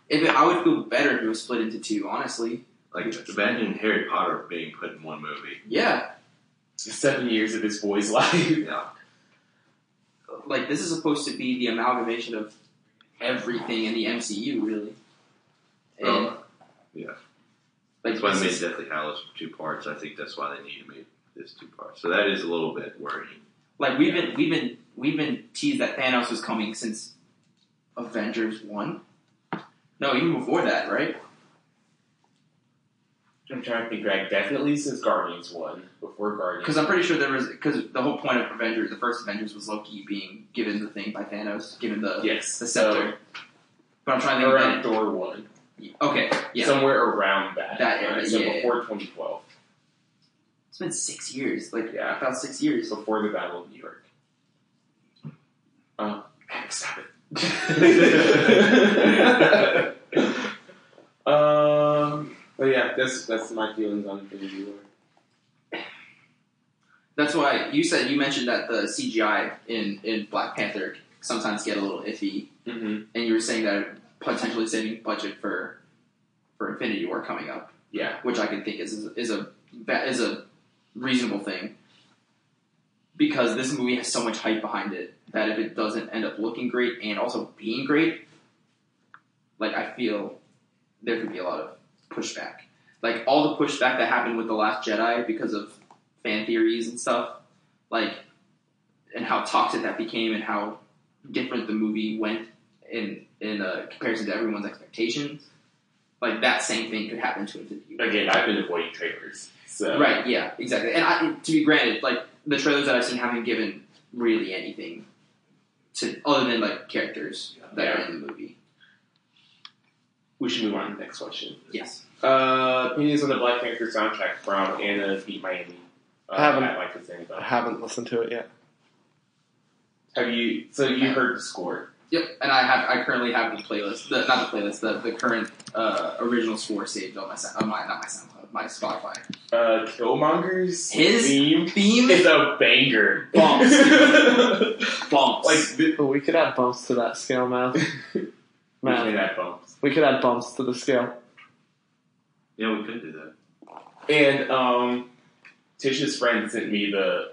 S3: if it, I would feel better if it was split into two. Honestly,
S4: Like imagine Harry Potter being put in one movie.
S3: yeah,
S1: Seven years of this boy's [laughs] life.
S4: Yeah,
S3: like this is supposed to be the amalgamation of everything in the MCU, really. And
S4: Well, yeah.
S3: like
S4: Oh, that's why they
S3: this
S4: made
S3: is-
S4: Deathly Hallows two parts. I think that's why they need to make this two parts. So that is a little bit worrying.
S3: like we've been we've been we've been teased that Thanos was coming since Avengers one. No, even before that, right?
S1: I'm trying to think back. Definitely since Guardians one, before Guardians.
S3: Because I'm pretty sure there was because the whole point of Avengers, the first Avengers, was Loki being given the thing by Thanos, given the
S1: yes,
S3: the scepter. but I'm trying
S1: So
S3: to think.
S1: around Thor one,
S3: that- Okay, yeah.
S1: somewhere around that.
S3: That area,
S1: right? So
S3: yeah.
S1: before 2012,
S3: It's been six years, like
S1: Yeah.
S3: about six years.
S1: before the Battle of New York. Uh, stop it. [laughs] um, but yeah, that's that's my feelings on Infinity War.
S3: That's why you said you mentioned that the CGI in in Black Panther sometimes get a little iffy,
S1: Mm-hmm.
S3: and you were saying that potentially saving budget for for Infinity War coming up,
S1: Yeah.
S3: which I can think is is, is a ba- is a reasonable thing because this movie has so much hype behind it that if it doesn't end up looking great and also being great, like I feel there could be a lot of pushback. Like all the pushback that happened with the Last Jedi because of fan theories and stuff, like and how toxic that became and how different the movie went in in uh, comparison to everyone's expectations. Like that same thing could happen to Infinity War.
S1: Again, I've been avoiding trailers. So
S3: Right. Yeah. Exactly. And I, to be granted, like the trailers that I've seen haven't given really anything to other than like characters that are in the movie.
S1: we should move on to the next question.
S3: Yes.
S1: Uh, opinions on the Black Panther soundtrack from Anna Beat Miami. Uh,
S2: I haven't-
S1: I'd like to think
S2: I
S1: about.
S2: haven't listened to it yet.
S1: Have you? So you heard the score?
S3: Yep. And I have. I currently have the playlist. The, not the playlist. The, the current uh, original score saved on my Sa- on my not my SoundCloud. My Spotify
S1: Uh, Killmonger's
S3: His-
S1: theme
S3: theme
S1: is a banger.
S3: Bumps.
S1: [laughs]
S3: bumps.
S1: like
S3: [laughs]
S1: th-
S2: But we could add bumps to that scale, Matt. Matt,
S1: Between that bumps.
S2: we could add bumps to the scale.
S4: Yeah, we could do
S3: [laughs]
S4: that.
S1: And um, Tisha's friend sent me the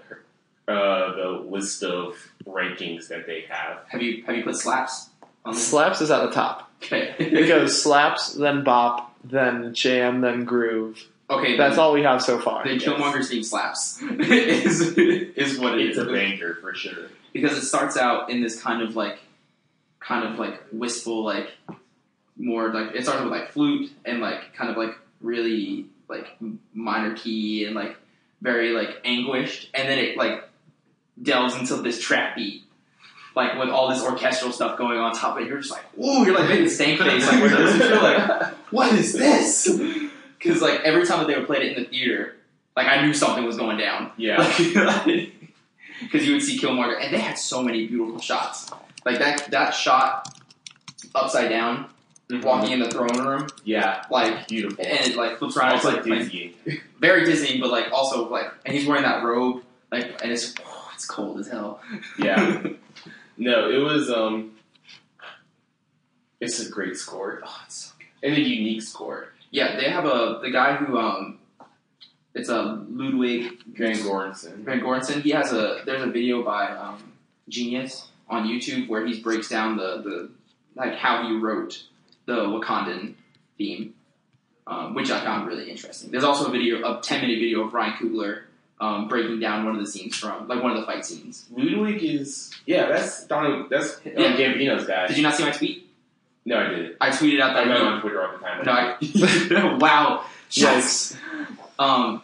S1: uh, the list of rankings that they have.
S3: have you have you put slaps on this?
S2: Slaps is at the top. It
S3: Okay.
S2: goes slaps, then bop, then jam, then groove.
S3: okay.
S2: That's all we have so far.
S3: Then
S1: Yes.
S3: Killmonger's theme slaps [laughs] is is what it
S1: It's a
S3: is.
S1: banger for sure.
S3: because it starts out in this kind of like kind of like wistful like more like it starts with like flute and like kind of like really like minor key and like very like anguished and then it like delves into this trap beat like with all this orchestral stuff going on top of it you're just like ooh you're like making stank face like where's this you're like what is this because like every time that they would play it in the theater like I knew something was going down
S1: [laughs]
S3: [laughs]
S1: Yeah.
S3: because you would see Killmonger, and they had so many beautiful shots. Like that that shot upside down, walking in the throne room,
S1: Yeah.
S3: like
S1: Beautiful.
S3: and it like flips around. It's
S1: also
S3: like, like
S1: Disney.
S3: very dizzying, but like also like, and he's wearing that robe, like and it's oh, it's it's cold as hell.
S1: Yeah. [laughs] No, it was um it's a great score.
S3: Oh, it's so-
S1: And a unique score.
S3: yeah, they have a the guy who um, it's a Ludwig
S1: Van Gorenson.
S3: Van Gorenson. He has a there's a video by um, Genius on YouTube where he breaks down the the like how he wrote the Wakandan theme, um, which I found really interesting. There's also a video, a 10 minute video of Ryan Coogler um, breaking down one of the scenes from like one of the fight scenes.
S1: Ludwig is yeah, that's Donald that's um,
S3: Yeah.
S1: Gambino's guy.
S3: Did you not see my tweet?
S1: no, I didn't.
S3: I tweeted out
S1: I
S3: that
S1: met him
S3: video.
S1: on Twitter all the time.
S3: No, I, [laughs] wow. Yes. Um,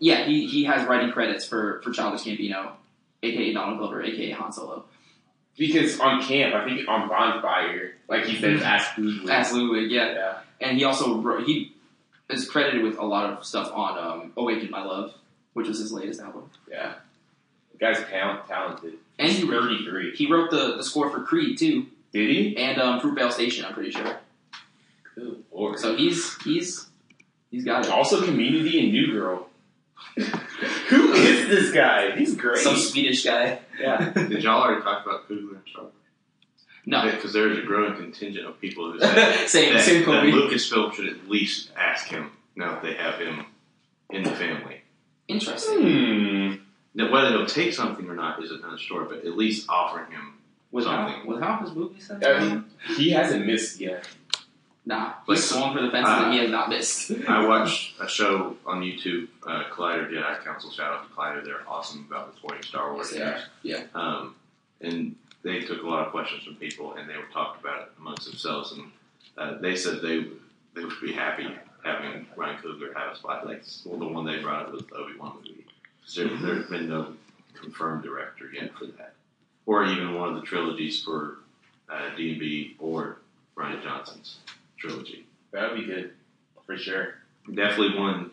S3: yeah, he, he has writing credits for, for Childish Gambino, aka Donald Glover, aka Han Solo.
S1: Because on camp, I think on bonfire, like he
S3: Mm-hmm.
S1: says, ask Ludwig.
S3: As Ludwig, yeah.
S1: yeah.
S3: And he also wrote, he is credited with a lot of stuff on um, Awaken My Love, which was his latest album.
S1: Yeah. The guy's talent, talented.
S3: And
S1: He's
S3: he wrote,
S1: 33.
S3: he wrote the, the score for Creed, too,
S1: Did he?
S3: and um, Fruitvale Station, I'm pretty sure.
S1: Good lord.
S3: So he's, he's, he's got it.
S1: also Community and New Girl. [laughs] Who is this guy? He's great.
S3: Some Swedish guy.
S1: yeah.
S4: Did y'all already talk about Kugler and Shaw?
S3: No.
S4: Because there is a growing contingent
S3: [laughs]
S4: of people who say
S3: same,
S4: that,
S3: same
S4: that
S3: Kobe.
S4: Lucasfilm should at least ask him now that they have him in the family.
S3: Interesting.
S1: [laughs] Hmm.
S4: Now, whether he'll take something or not is another story, but at least offering him.
S3: With how,
S4: Something.
S3: with how his movie said?
S1: I mean, Um, he hasn't missed yet.
S3: Nah,
S4: Like,
S3: he's swung for the fences
S4: uh,
S3: and he has not missed.
S4: I watched a show on YouTube, uh, Collider Jedi Council. Shout out to Collider; they're awesome about reporting Star Wars
S3: Yes, they
S4: news.
S3: are. Yeah.
S4: Um, and they took a lot of questions from people, and they were talked about it amongst themselves. And uh, they said they they would be happy having Ryan Coogler have a spot. Like well, the one they brought up was the Obi Wan movie. 'Cause There,
S3: Mm-hmm.
S4: there's been no confirmed director yet for that, or even one of the trilogies for uh, D and B or Ryan Johnson's trilogy.
S1: That would be good. For sure.
S4: Definitely one.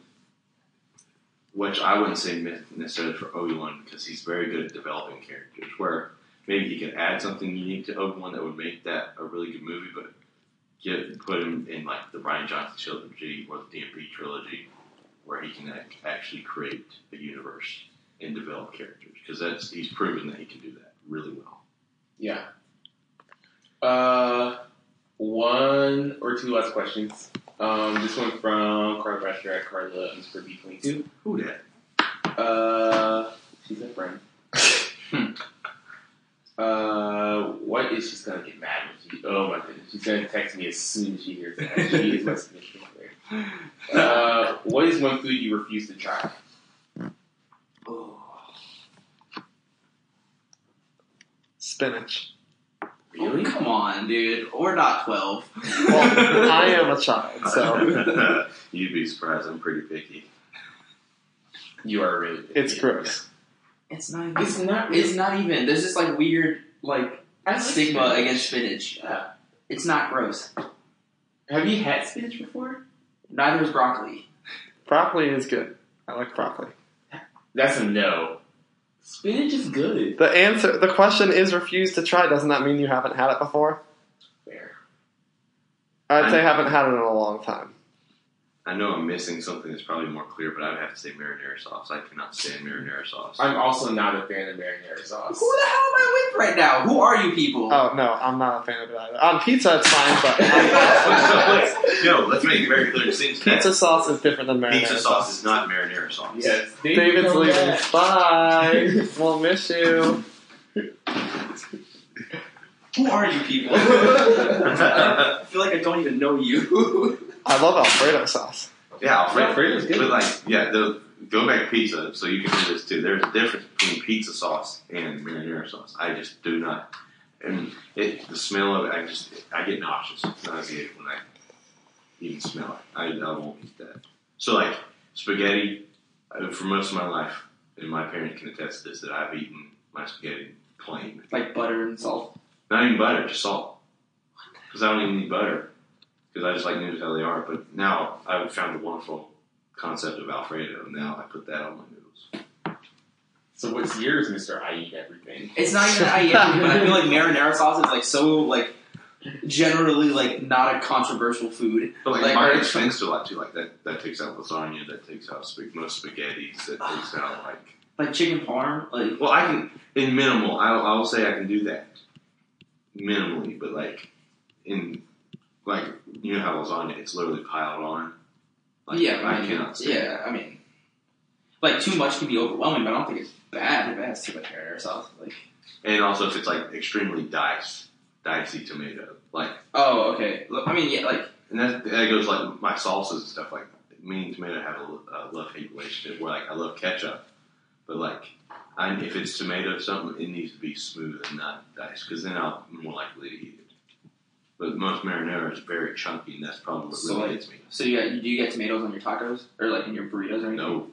S4: Which I wouldn't say mi- necessarily for Obi Wan because he's very good at developing characters. Where maybe he could add something unique to Obi Wan that would make that a really good movie, but get put him in like the Ryan Johnson trilogy or the DMP trilogy, where he can ac- actually create a universe and develop characters because that's he's proven that he can do that really well.
S1: Yeah. Uh, one or two last questions. Um, this one from Carla Brasher at Carla underscore B22.
S4: Who [laughs] that?
S1: Uh, she's a [laughs] friend. Hmm. Uh, what is she's gonna get mad with you? Oh my goodness, she's gonna text me as soon as she hears that. She is my significant other. [laughs] Uh, what is one food you refuse to try?
S3: Oh,
S2: Spinach.
S1: Really?
S3: come on, dude. Or not 12.
S2: Well, I am a child, so
S4: You'd be surprised. I'm pretty picky.
S1: You are really. good.
S2: it's gross.
S3: It's not even.
S1: It's not.
S3: It's not even. There's this like weird like
S1: I like
S3: stigma
S1: spinach.
S3: against spinach.
S1: Yeah.
S3: It's not gross.
S1: Have you had spinach before?
S3: Neither is broccoli.
S2: Broccoli is good. I like broccoli.
S1: That's a no. Spinach is good.
S2: The answer, the question is refused to try. Doesn't that mean you haven't had it before?
S1: Fair.
S2: I'd say haven't had it in a long time.
S4: I know I'm missing something that's probably more clear, but I'd have to say marinara sauce. I cannot stand marinara sauce.
S1: I'm also not a fan of marinara
S2: [laughs]
S3: Who
S1: sauce.
S3: the hell am I with right now? Who are you people?
S2: Oh no, I'm not a fan of it either. On pizza, it's fine,
S1: [laughs]
S2: but I'm not a fan of it.
S4: no, let's make it very clear distinction.
S2: pizza sauce is different than marinara
S4: Pizza sauce is not marinara sauce.
S1: [laughs] Yes, David,
S2: David's
S1: come
S2: leaving.
S1: back.
S2: Bye. we'll miss you.
S3: Who are you [laughs] people?
S4: [laughs]
S3: I feel like I don't even know you. [laughs]
S2: I love Alfredo sauce.
S4: yeah,
S1: Yeah,
S4: Alfredo.
S1: Alfredo's
S4: But
S1: good.
S4: like, yeah, the go back pizza. So you can do this too. There's a difference between pizza sauce and marinara sauce. I just do not. And it, the smell of it, I just I get nauseous, nauseated when I even smell it. I, I won't eat that. So like spaghetti, uh, for most of my life, and my parents can attest to this that I've eaten my spaghetti plain.
S3: like butter and salt.
S4: Not even butter, just salt. Because I don't even need butter. Because I just like noodles how they are. But now I've found the wonderful concept of Alfredo. and Now I put that on my noodles.
S1: So what's yours, Mister? I eat everything.
S3: It's not even I [laughs] am, but I feel like marinara sauce is like so like generally like not a controversial food.
S4: But like,
S3: Like,
S4: mine
S3: like-
S4: extends to a lot too. Like that, that takes out lasagna. That takes out sp- most spaghettis. That takes out like
S3: Like chicken parm? Like,
S4: Well, I can in minimal. I I will say I can do that minimally, but like in like you know how lasagna it's literally piled on. Like,
S3: yeah,
S4: I
S3: mean,
S4: cannot. stand it.
S3: Yeah, I mean, like too much can be overwhelming, but I don't think it's bad if it has too much hair or sauce. Like,
S4: And also, if it's like extremely diced, dicey tomato, like
S3: oh, okay. Look, I mean, yeah, like
S4: and that that goes like my salsas and stuff. Like me and tomato have a, love hate relationship where like I love ketchup, but like I if it's tomato or something, it needs to be smooth and not diced because then I'll more likely to eat it. But most marinara is very chunky, and that's probably what
S3: So, like-
S4: really gets me.
S3: so you got you do get tomatoes on your tacos or like in your burritos or anything?
S4: No,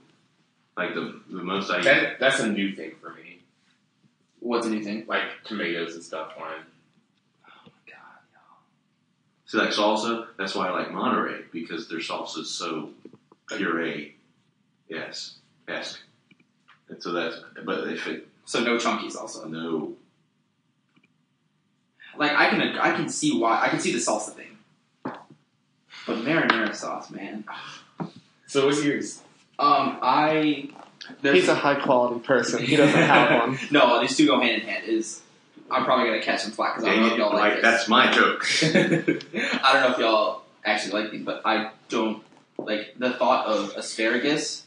S4: like the the most I eat.
S1: That, that's a new thing for me.
S3: What's a new thing?
S1: Like tomatoes and stuff on.
S3: Oh my god,
S4: See, like salsa. That's why I like Monterey because their salsa is so puree. Yes, esque. And so that's but if it
S3: So no chunkies also.
S4: no
S3: Like I can I can see why I can see the salsa thing, but marinara sauce, man.
S1: So what's yours?
S3: Um, I there's
S2: He's a high quality person. He doesn't have one.
S3: no. These two go hand in hand. Is I'm probably gonna catch some flack because I don't
S4: Dang
S3: know if y'all
S4: it,
S3: like this.
S4: like that's
S3: [laughs]
S4: my joke.
S3: I don't know if y'all actually like these, but I don't like the thought of asparagus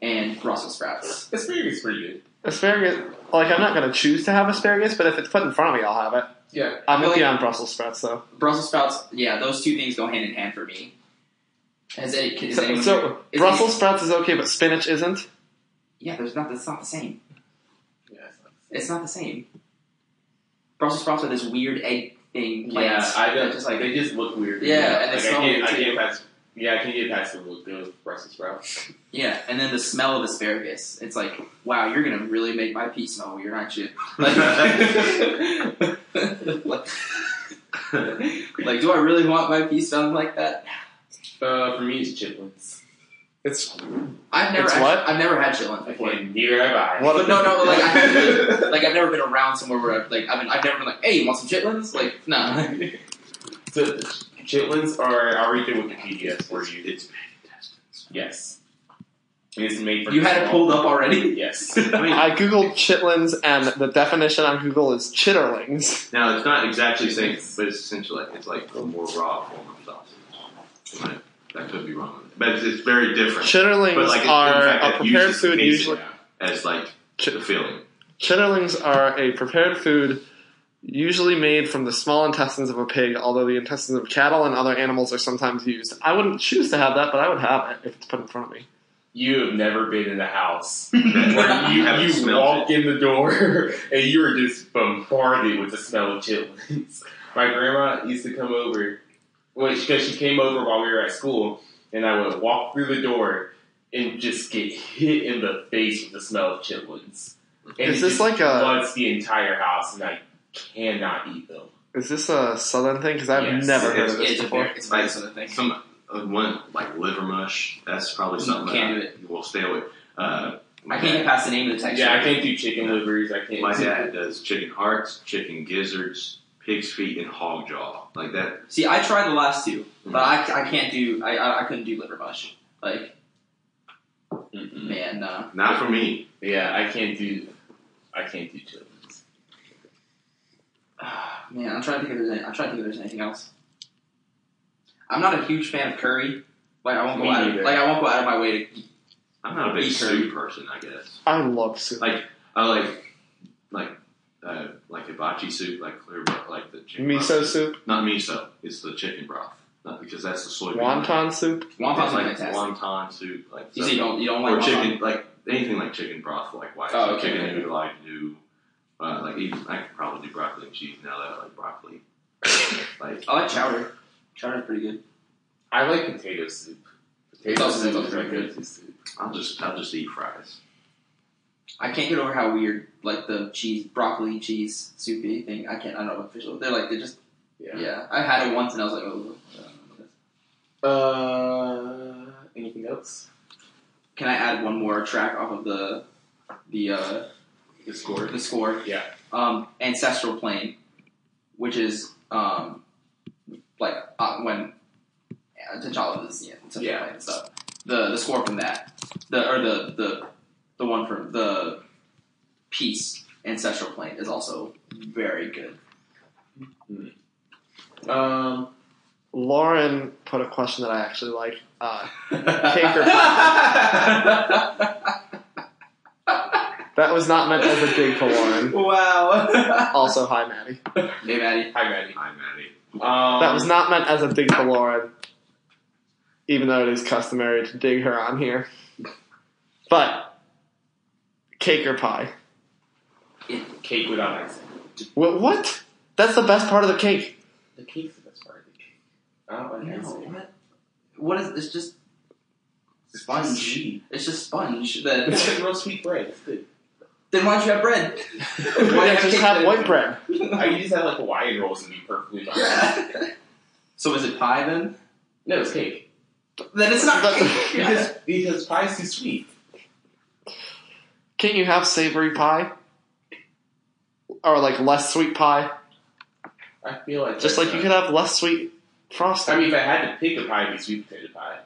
S3: and Brussels sprouts.
S1: Asparagus is pretty good.
S2: Asparagus. Like I'm not gonna choose to have asparagus, but if it's put in front of me, I'll have it.
S1: Yeah.
S2: I'm with
S3: Really?
S2: you on Brussels sprouts though.
S3: Brussels sprouts, yeah, those two things go hand in hand for me. Has any, is
S2: So,
S3: anyone-
S2: so
S3: is
S2: Brussels sprouts is okay, but spinach isn't.
S3: yeah, there's not. It's not the same.
S1: Yeah. it's not-
S3: It's not the same. Brussels sprouts are this weird egg thing.
S1: Yeah,
S3: plants
S1: I
S3: that
S1: don't,
S3: just like
S1: they just look weird.
S3: Yeah,
S1: Like,
S3: and they
S1: I
S3: smell
S1: can't-
S3: weird,
S1: I
S3: too.
S1: can't pass. Yeah, I can get past the look of Brussels
S3: [laughs]
S1: sprouts.
S3: yeah, and then the smell of asparagus. It's like wow, you're gonna really make my pee smell weird, aren't you? like, Like, do I really want my pee smelling like that?
S1: [laughs] Uh, for me, it's chitlins.
S2: It's
S3: I've never,
S2: It's
S3: actually-
S2: what?
S3: I've never had chitlins before.
S1: Okay, neither have I.
S2: What-
S3: But no, no, but like,
S1: [laughs]
S3: I haven't, like I've never been around somewhere where I've, like I've been, I've never been like, hey, you want some chitlins?
S2: [laughs]
S3: Like, nah.
S1: [laughs] So, chitlins are. I'll read through Wikipedia for you.
S4: it's fantastic.
S1: Yes. It's made from
S3: You had it
S1: small-
S3: pulled up already.
S4: [laughs]
S1: Yes.
S4: I mean,
S2: I googled chitlins, and the definition on Google is chitterlings.
S4: now it's not exactly the same, but it's essentially like it's like a more raw form of sausage. Am I- I could be wrong, with it. but it's, it's very different
S2: Chitterlings
S4: But, like, in
S2: are
S4: fact,
S2: a
S4: that
S2: prepared
S4: uses
S2: food
S4: amazing.
S2: usually.
S4: as like the filling.
S2: Chitterlings are a prepared food usually made from the small intestines of a pig, although the intestines of cattle and other animals are sometimes used. I wouldn't choose to have that, but I would have it if it's put in front of me.
S1: You have never been in a house where
S4: That-
S1: you,
S4: haven't
S1: you
S4: smelled
S1: walk in the door [laughs] and you are just bombarded with the smell of chitlins. [laughs] My grandma used to come over, well, because she came over while we were at school, and I would walk through the door and just get hit in the face with the smell of chitlins. And
S2: Is
S1: it
S2: this
S1: just
S2: like a-
S1: floods the entire house, and I cannot eat them.
S2: Is this a southern thing? Because I've
S1: Yes.
S2: never heard
S4: It's-
S2: of
S3: Yeah,
S2: this
S3: it's a
S2: before.
S3: very, it's a very sort of thing.
S4: Some uh, one like liver mush. That's probably
S3: You
S4: something
S3: can't
S4: that I will stay away. Uh,
S3: I can't get past the name of the texture.
S1: Yeah, I can't do chicken livers. I can't.
S4: My
S1: do-
S4: dad does chicken hearts, chicken gizzards, pig's feet, and hog jaw. Like that.
S3: See, I tried the last two, but I, I can't do. I, I, I couldn't do liver mush. Like,
S1: Mm-mm.
S3: man, uh, nah.
S4: Not for me.
S1: Yeah, I can't do. I can't do chitlins.
S3: Man, I'm trying to think if there's. Any, I'm trying to think if there's anything else. I'm not a huge fan of curry. Like I won't go
S1: Me
S3: out. Of,
S1: neither.
S3: like I won't go out of my way to.
S4: I'm not a big
S3: Eat
S4: soup
S3: curry.
S4: person. I guess.
S2: I love soup.
S4: I like like uh, like hibachi soup, like clear broth, like the chicken
S2: Miso
S4: broth.
S2: soup,
S4: Not miso. It's the chicken broth. Not because that's the soybean.
S2: wonton soup.
S3: Wontons
S4: It's
S3: are
S4: like
S3: fantastic.
S4: wonton soup. Like
S3: you
S4: so-
S3: say you don't. You don't like
S4: or
S3: wonton?
S4: chicken like anything like chicken broth like white
S3: Oh,
S4: soup,
S3: okay,
S4: chicken
S3: okay.
S4: noodle I can do uh, like even I could probably do broccoli and cheese now that I like broccoli.
S3: [coughs]
S4: like
S3: I like chowder. Chowder's pretty good.
S1: I like potato soup. Potato
S3: also-
S1: soup
S3: it's
S1: is
S3: also
S1: my
S3: very
S1: go-to soup.
S4: I'll just I'll just eat fries.
S3: I can't get over how weird like the cheese broccoli cheese soupy thing. I can't. I don't know official. They're like they just. Yeah. I had it once and I was like, oh. I don't know.
S1: Uh, anything else?
S3: Can I add one more track off of the the uh,
S1: The score.
S3: the score?
S1: Yeah.
S3: Um, Ancestral Plane, which is um, like uh, when uh, T'Challa was yeah, Ancestral
S1: Yeah.
S3: Plane and stuff. The the score from that, the or the the the one from the piece Ancestral Plane is also very good.
S1: Um,
S2: Lauren put a question that I actually like. Uh,
S3: Cake
S2: or that was not meant as a dig to
S1: [laughs]
S2: Lauren.
S3: [laughs] Wow.
S2: Also, hi Maddie.
S3: hey, Maddie.
S1: hi, Maddie.
S4: Hi, Maddie.
S1: Um,
S2: That was not meant as a dig to Lauren, even though it is customary to dig her on here. But cake or pie?
S1: cake without icing.
S2: Wha- What? That's the best part of the cake.
S1: The cake's the best part of the cake. Oh, I don't like
S3: No,
S1: icing.
S3: what? What is? It's just sponge.
S1: Spongy.
S3: It's just sponge.
S1: [laughs]
S3: That
S1: It's like real sweet bread. It's good.
S3: then why don't you have bread?
S2: Why
S3: not
S2: not just have white bread?
S1: I
S3: [laughs]
S1: could just have like Hawaiian rolls and be perfectly fine.
S3: Yeah. So is it pie then?
S1: No, it's cake.
S3: Then it's not
S1: [laughs]
S2: But-
S3: [laughs] cake.
S1: Because, because pie's too sweet.
S2: Can't you have savory pie? Or like less sweet pie?
S1: I feel like
S2: Just
S1: that's
S2: like you
S1: not-
S2: could have less sweet frosting.
S1: I mean, if I had to pick a pie, it'd be sweet potato pie.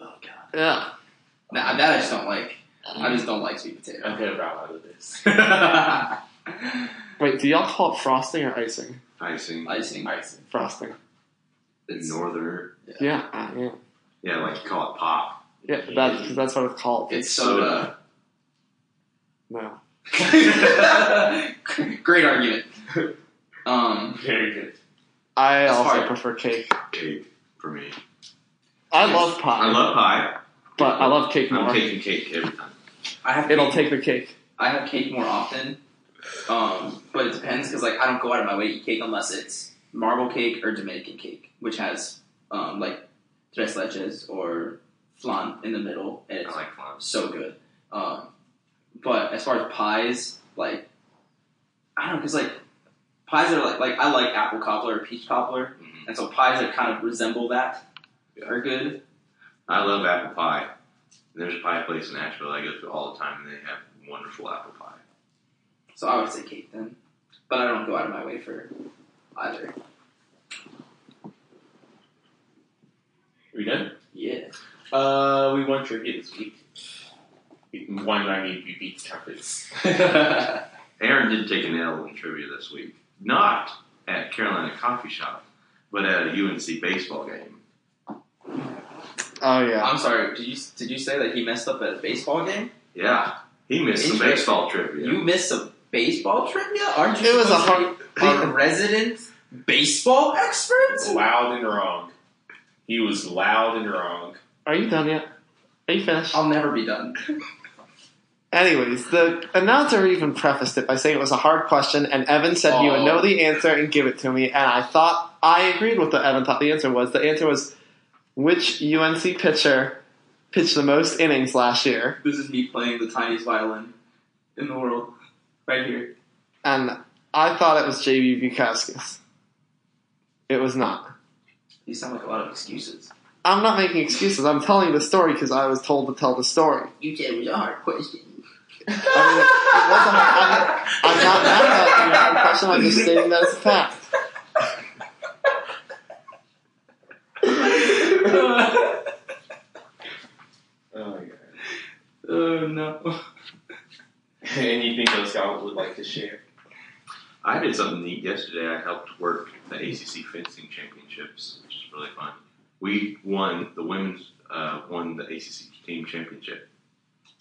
S3: Oh god.
S2: yeah.
S3: Nah, that I just don't like. I just don't like sweet potato. [laughs]
S1: I'm gonna bow out of this.
S2: Wait, do y'all call it frosting or icing?
S4: Icing.
S3: Icing.
S1: Icing.
S2: Frosting.
S4: The northern.
S2: Yeah, uh, yeah,
S4: Yeah, like you call it pop.
S2: yeah. That's 'cause that's what it's called.
S3: It's soda.
S2: No,
S3: uh, [laughs] Great argument. Um,
S1: Very good.
S2: I
S3: That's
S2: also
S3: hard.
S2: prefer cake.
S4: Cake for me.
S2: I love pie,
S4: I love pie.
S2: but I love cake more.
S4: I'm taking cake every time.
S3: I have
S2: It'll take
S3: cake-
S2: the cake.
S3: I have cake more often, um, but it depends because like I don't go out of my way to eat cake unless it's marble cake or Jamaican cake, which has um, like tres leches or flan in the middle, and
S4: I
S3: it's
S4: like flan.
S3: so good. Um, but as far as pies, like I don't know, because like pies are like like I like apple cobbler or peach cobbler,
S4: Mhm.
S3: and so pies that kind of resemble that are good.
S4: I love apple pie. There's a pie place in Asheville I go to all the time, and they have wonderful apple pie.
S3: So I would say cake then, but I don't go out of my way for either.
S1: we done?
S3: Yeah. [laughs]
S1: Uh, we won trivia this week. We- One I mean, we beat
S2: [laughs]
S1: Tempest.
S4: Aaron did take an L in trivia this week. Not at Carolina Coffee Shop, but at a UNC baseball game.
S2: Oh yeah.
S3: I'm sorry. Did you did you say that he messed up at a baseball game?
S4: Yeah, he missed some
S3: Interesting.
S4: baseball trivia.
S3: You missed a baseball trivia? Aren't you?
S2: It was a
S3: supposed
S2: hard.
S3: to be the resident baseball expert?
S1: loud and wrong. He was loud and wrong.
S2: Are you done yet? Are you finished?
S3: I'll never be done.
S2: Um, Anyways, the announcer even prefaced it by saying it was a hard question, and Evan said you would
S3: Oh.
S2: know the answer and give it to me. And I thought I agreed with what Evan thought the answer was. The answer was which UNC pitcher pitched the most innings last year,
S3: This is me playing the tiniest violin in the world, right here.
S2: and I thought it was JB Bukowskis. It was not.
S3: You sound like a lot of excuses.
S2: I'm not making excuses. I'm telling the story because I was told to tell the story.
S3: You said it was a hard [laughs] question.
S2: I I'm not mad at you. I'm questioning. I'm just stating that as a fact.
S3: Uh,
S1: Oh [laughs] my god.
S3: oh no.
S1: Anything else y'all would like to share?
S4: I did something neat yesterday. I helped work the ACC fencing championships, which is really fun. We won the women's uh, won the ACC team championship.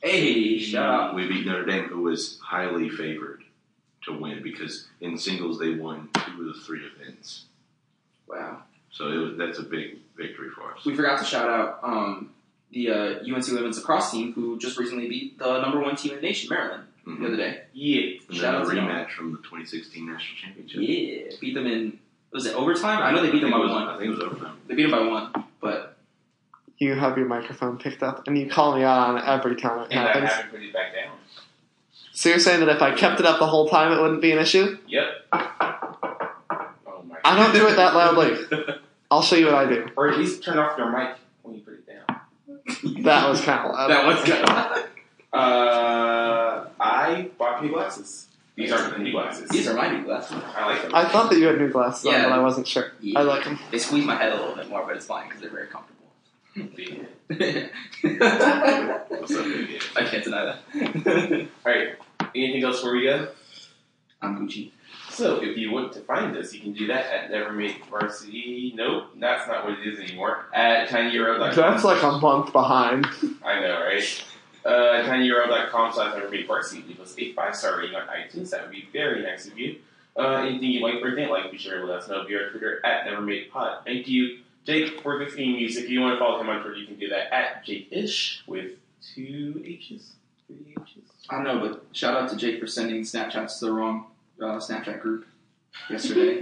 S3: Hey, shut up.
S4: We beat Notre Dame, who was highly favored to win because in singles they won two of the three events.
S3: Wow.
S4: So it was, that's a big victory for us.
S3: We forgot to shout out um, the uh, UNC women's lacrosse team who just recently beat the number one team in the nation, Maryland,
S4: Mhm.
S3: the other day.
S1: Yeah.
S3: Shout
S4: And then a
S3: out to them.
S4: rematch from the 2016 national championship.
S3: Mm-hmm. Yeah, beat them in was it overtime? I know they beat them
S4: I
S3: by
S4: think it was-
S3: one.
S4: I think it was overtime.
S3: They beat them by [laughs] one, but
S2: you have your microphone picked up and you call me out on it every time it
S1: And I
S2: happens.
S1: haven't put it back down.
S2: So you're saying that if I kept it up the whole time, it wouldn't be an issue?
S1: Yep. Oh my
S2: I don't do it
S1: [laughs]
S2: that loudly.
S1: god.
S2: I'll show you what I do.
S1: or at least turn off your mic when you put it down.
S2: That was kind of loud.
S3: [laughs] that was good.
S1: Uh, I bought new glasses. These aren't the new glasses.
S3: [laughs] These are my new glasses.
S1: I like them.
S2: I thought that you had new glasses on,
S3: Yeah.
S2: but I wasn't sure.
S3: Yeah.
S2: I like them.
S3: They squeeze my head a little bit more, but it's fine because they're very comfortable. [laughs]
S1: Hmm.
S3: I
S4: What's up, India?
S3: [laughs] can't deny that. [laughs]
S1: Anything else for you guys?
S3: I'm Gucci.
S1: So if you want to find us, you can do that at Never Make Varsity. Nope, that's not what it is anymore. At tinyurl.com.
S2: That's like a month behind. [laughs]
S1: I know, right? Uh, tinyurl.com slash Never Make Varsity. Leave us a five-star rating on iTunes. That would be very nice of you. Uh, anything you like or didn't like, be sure to let us know via our Twitter at Never Make Pod. Thank you, Jake, for the theme music. If you want to follow him on Twitter, you can do that at Jake-ish with two H's, three H's.
S3: I don't know, but shout out to Jake for sending Snapchats to the wrong uh, Snapchat group [laughs] yesterday.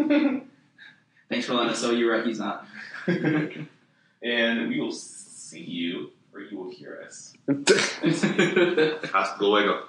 S3: Thanks for letting us know you were at He's [laughs] Not.
S1: [laughs] and we will see you, or you will hear us.
S3: Bye.
S4: Hasta luego.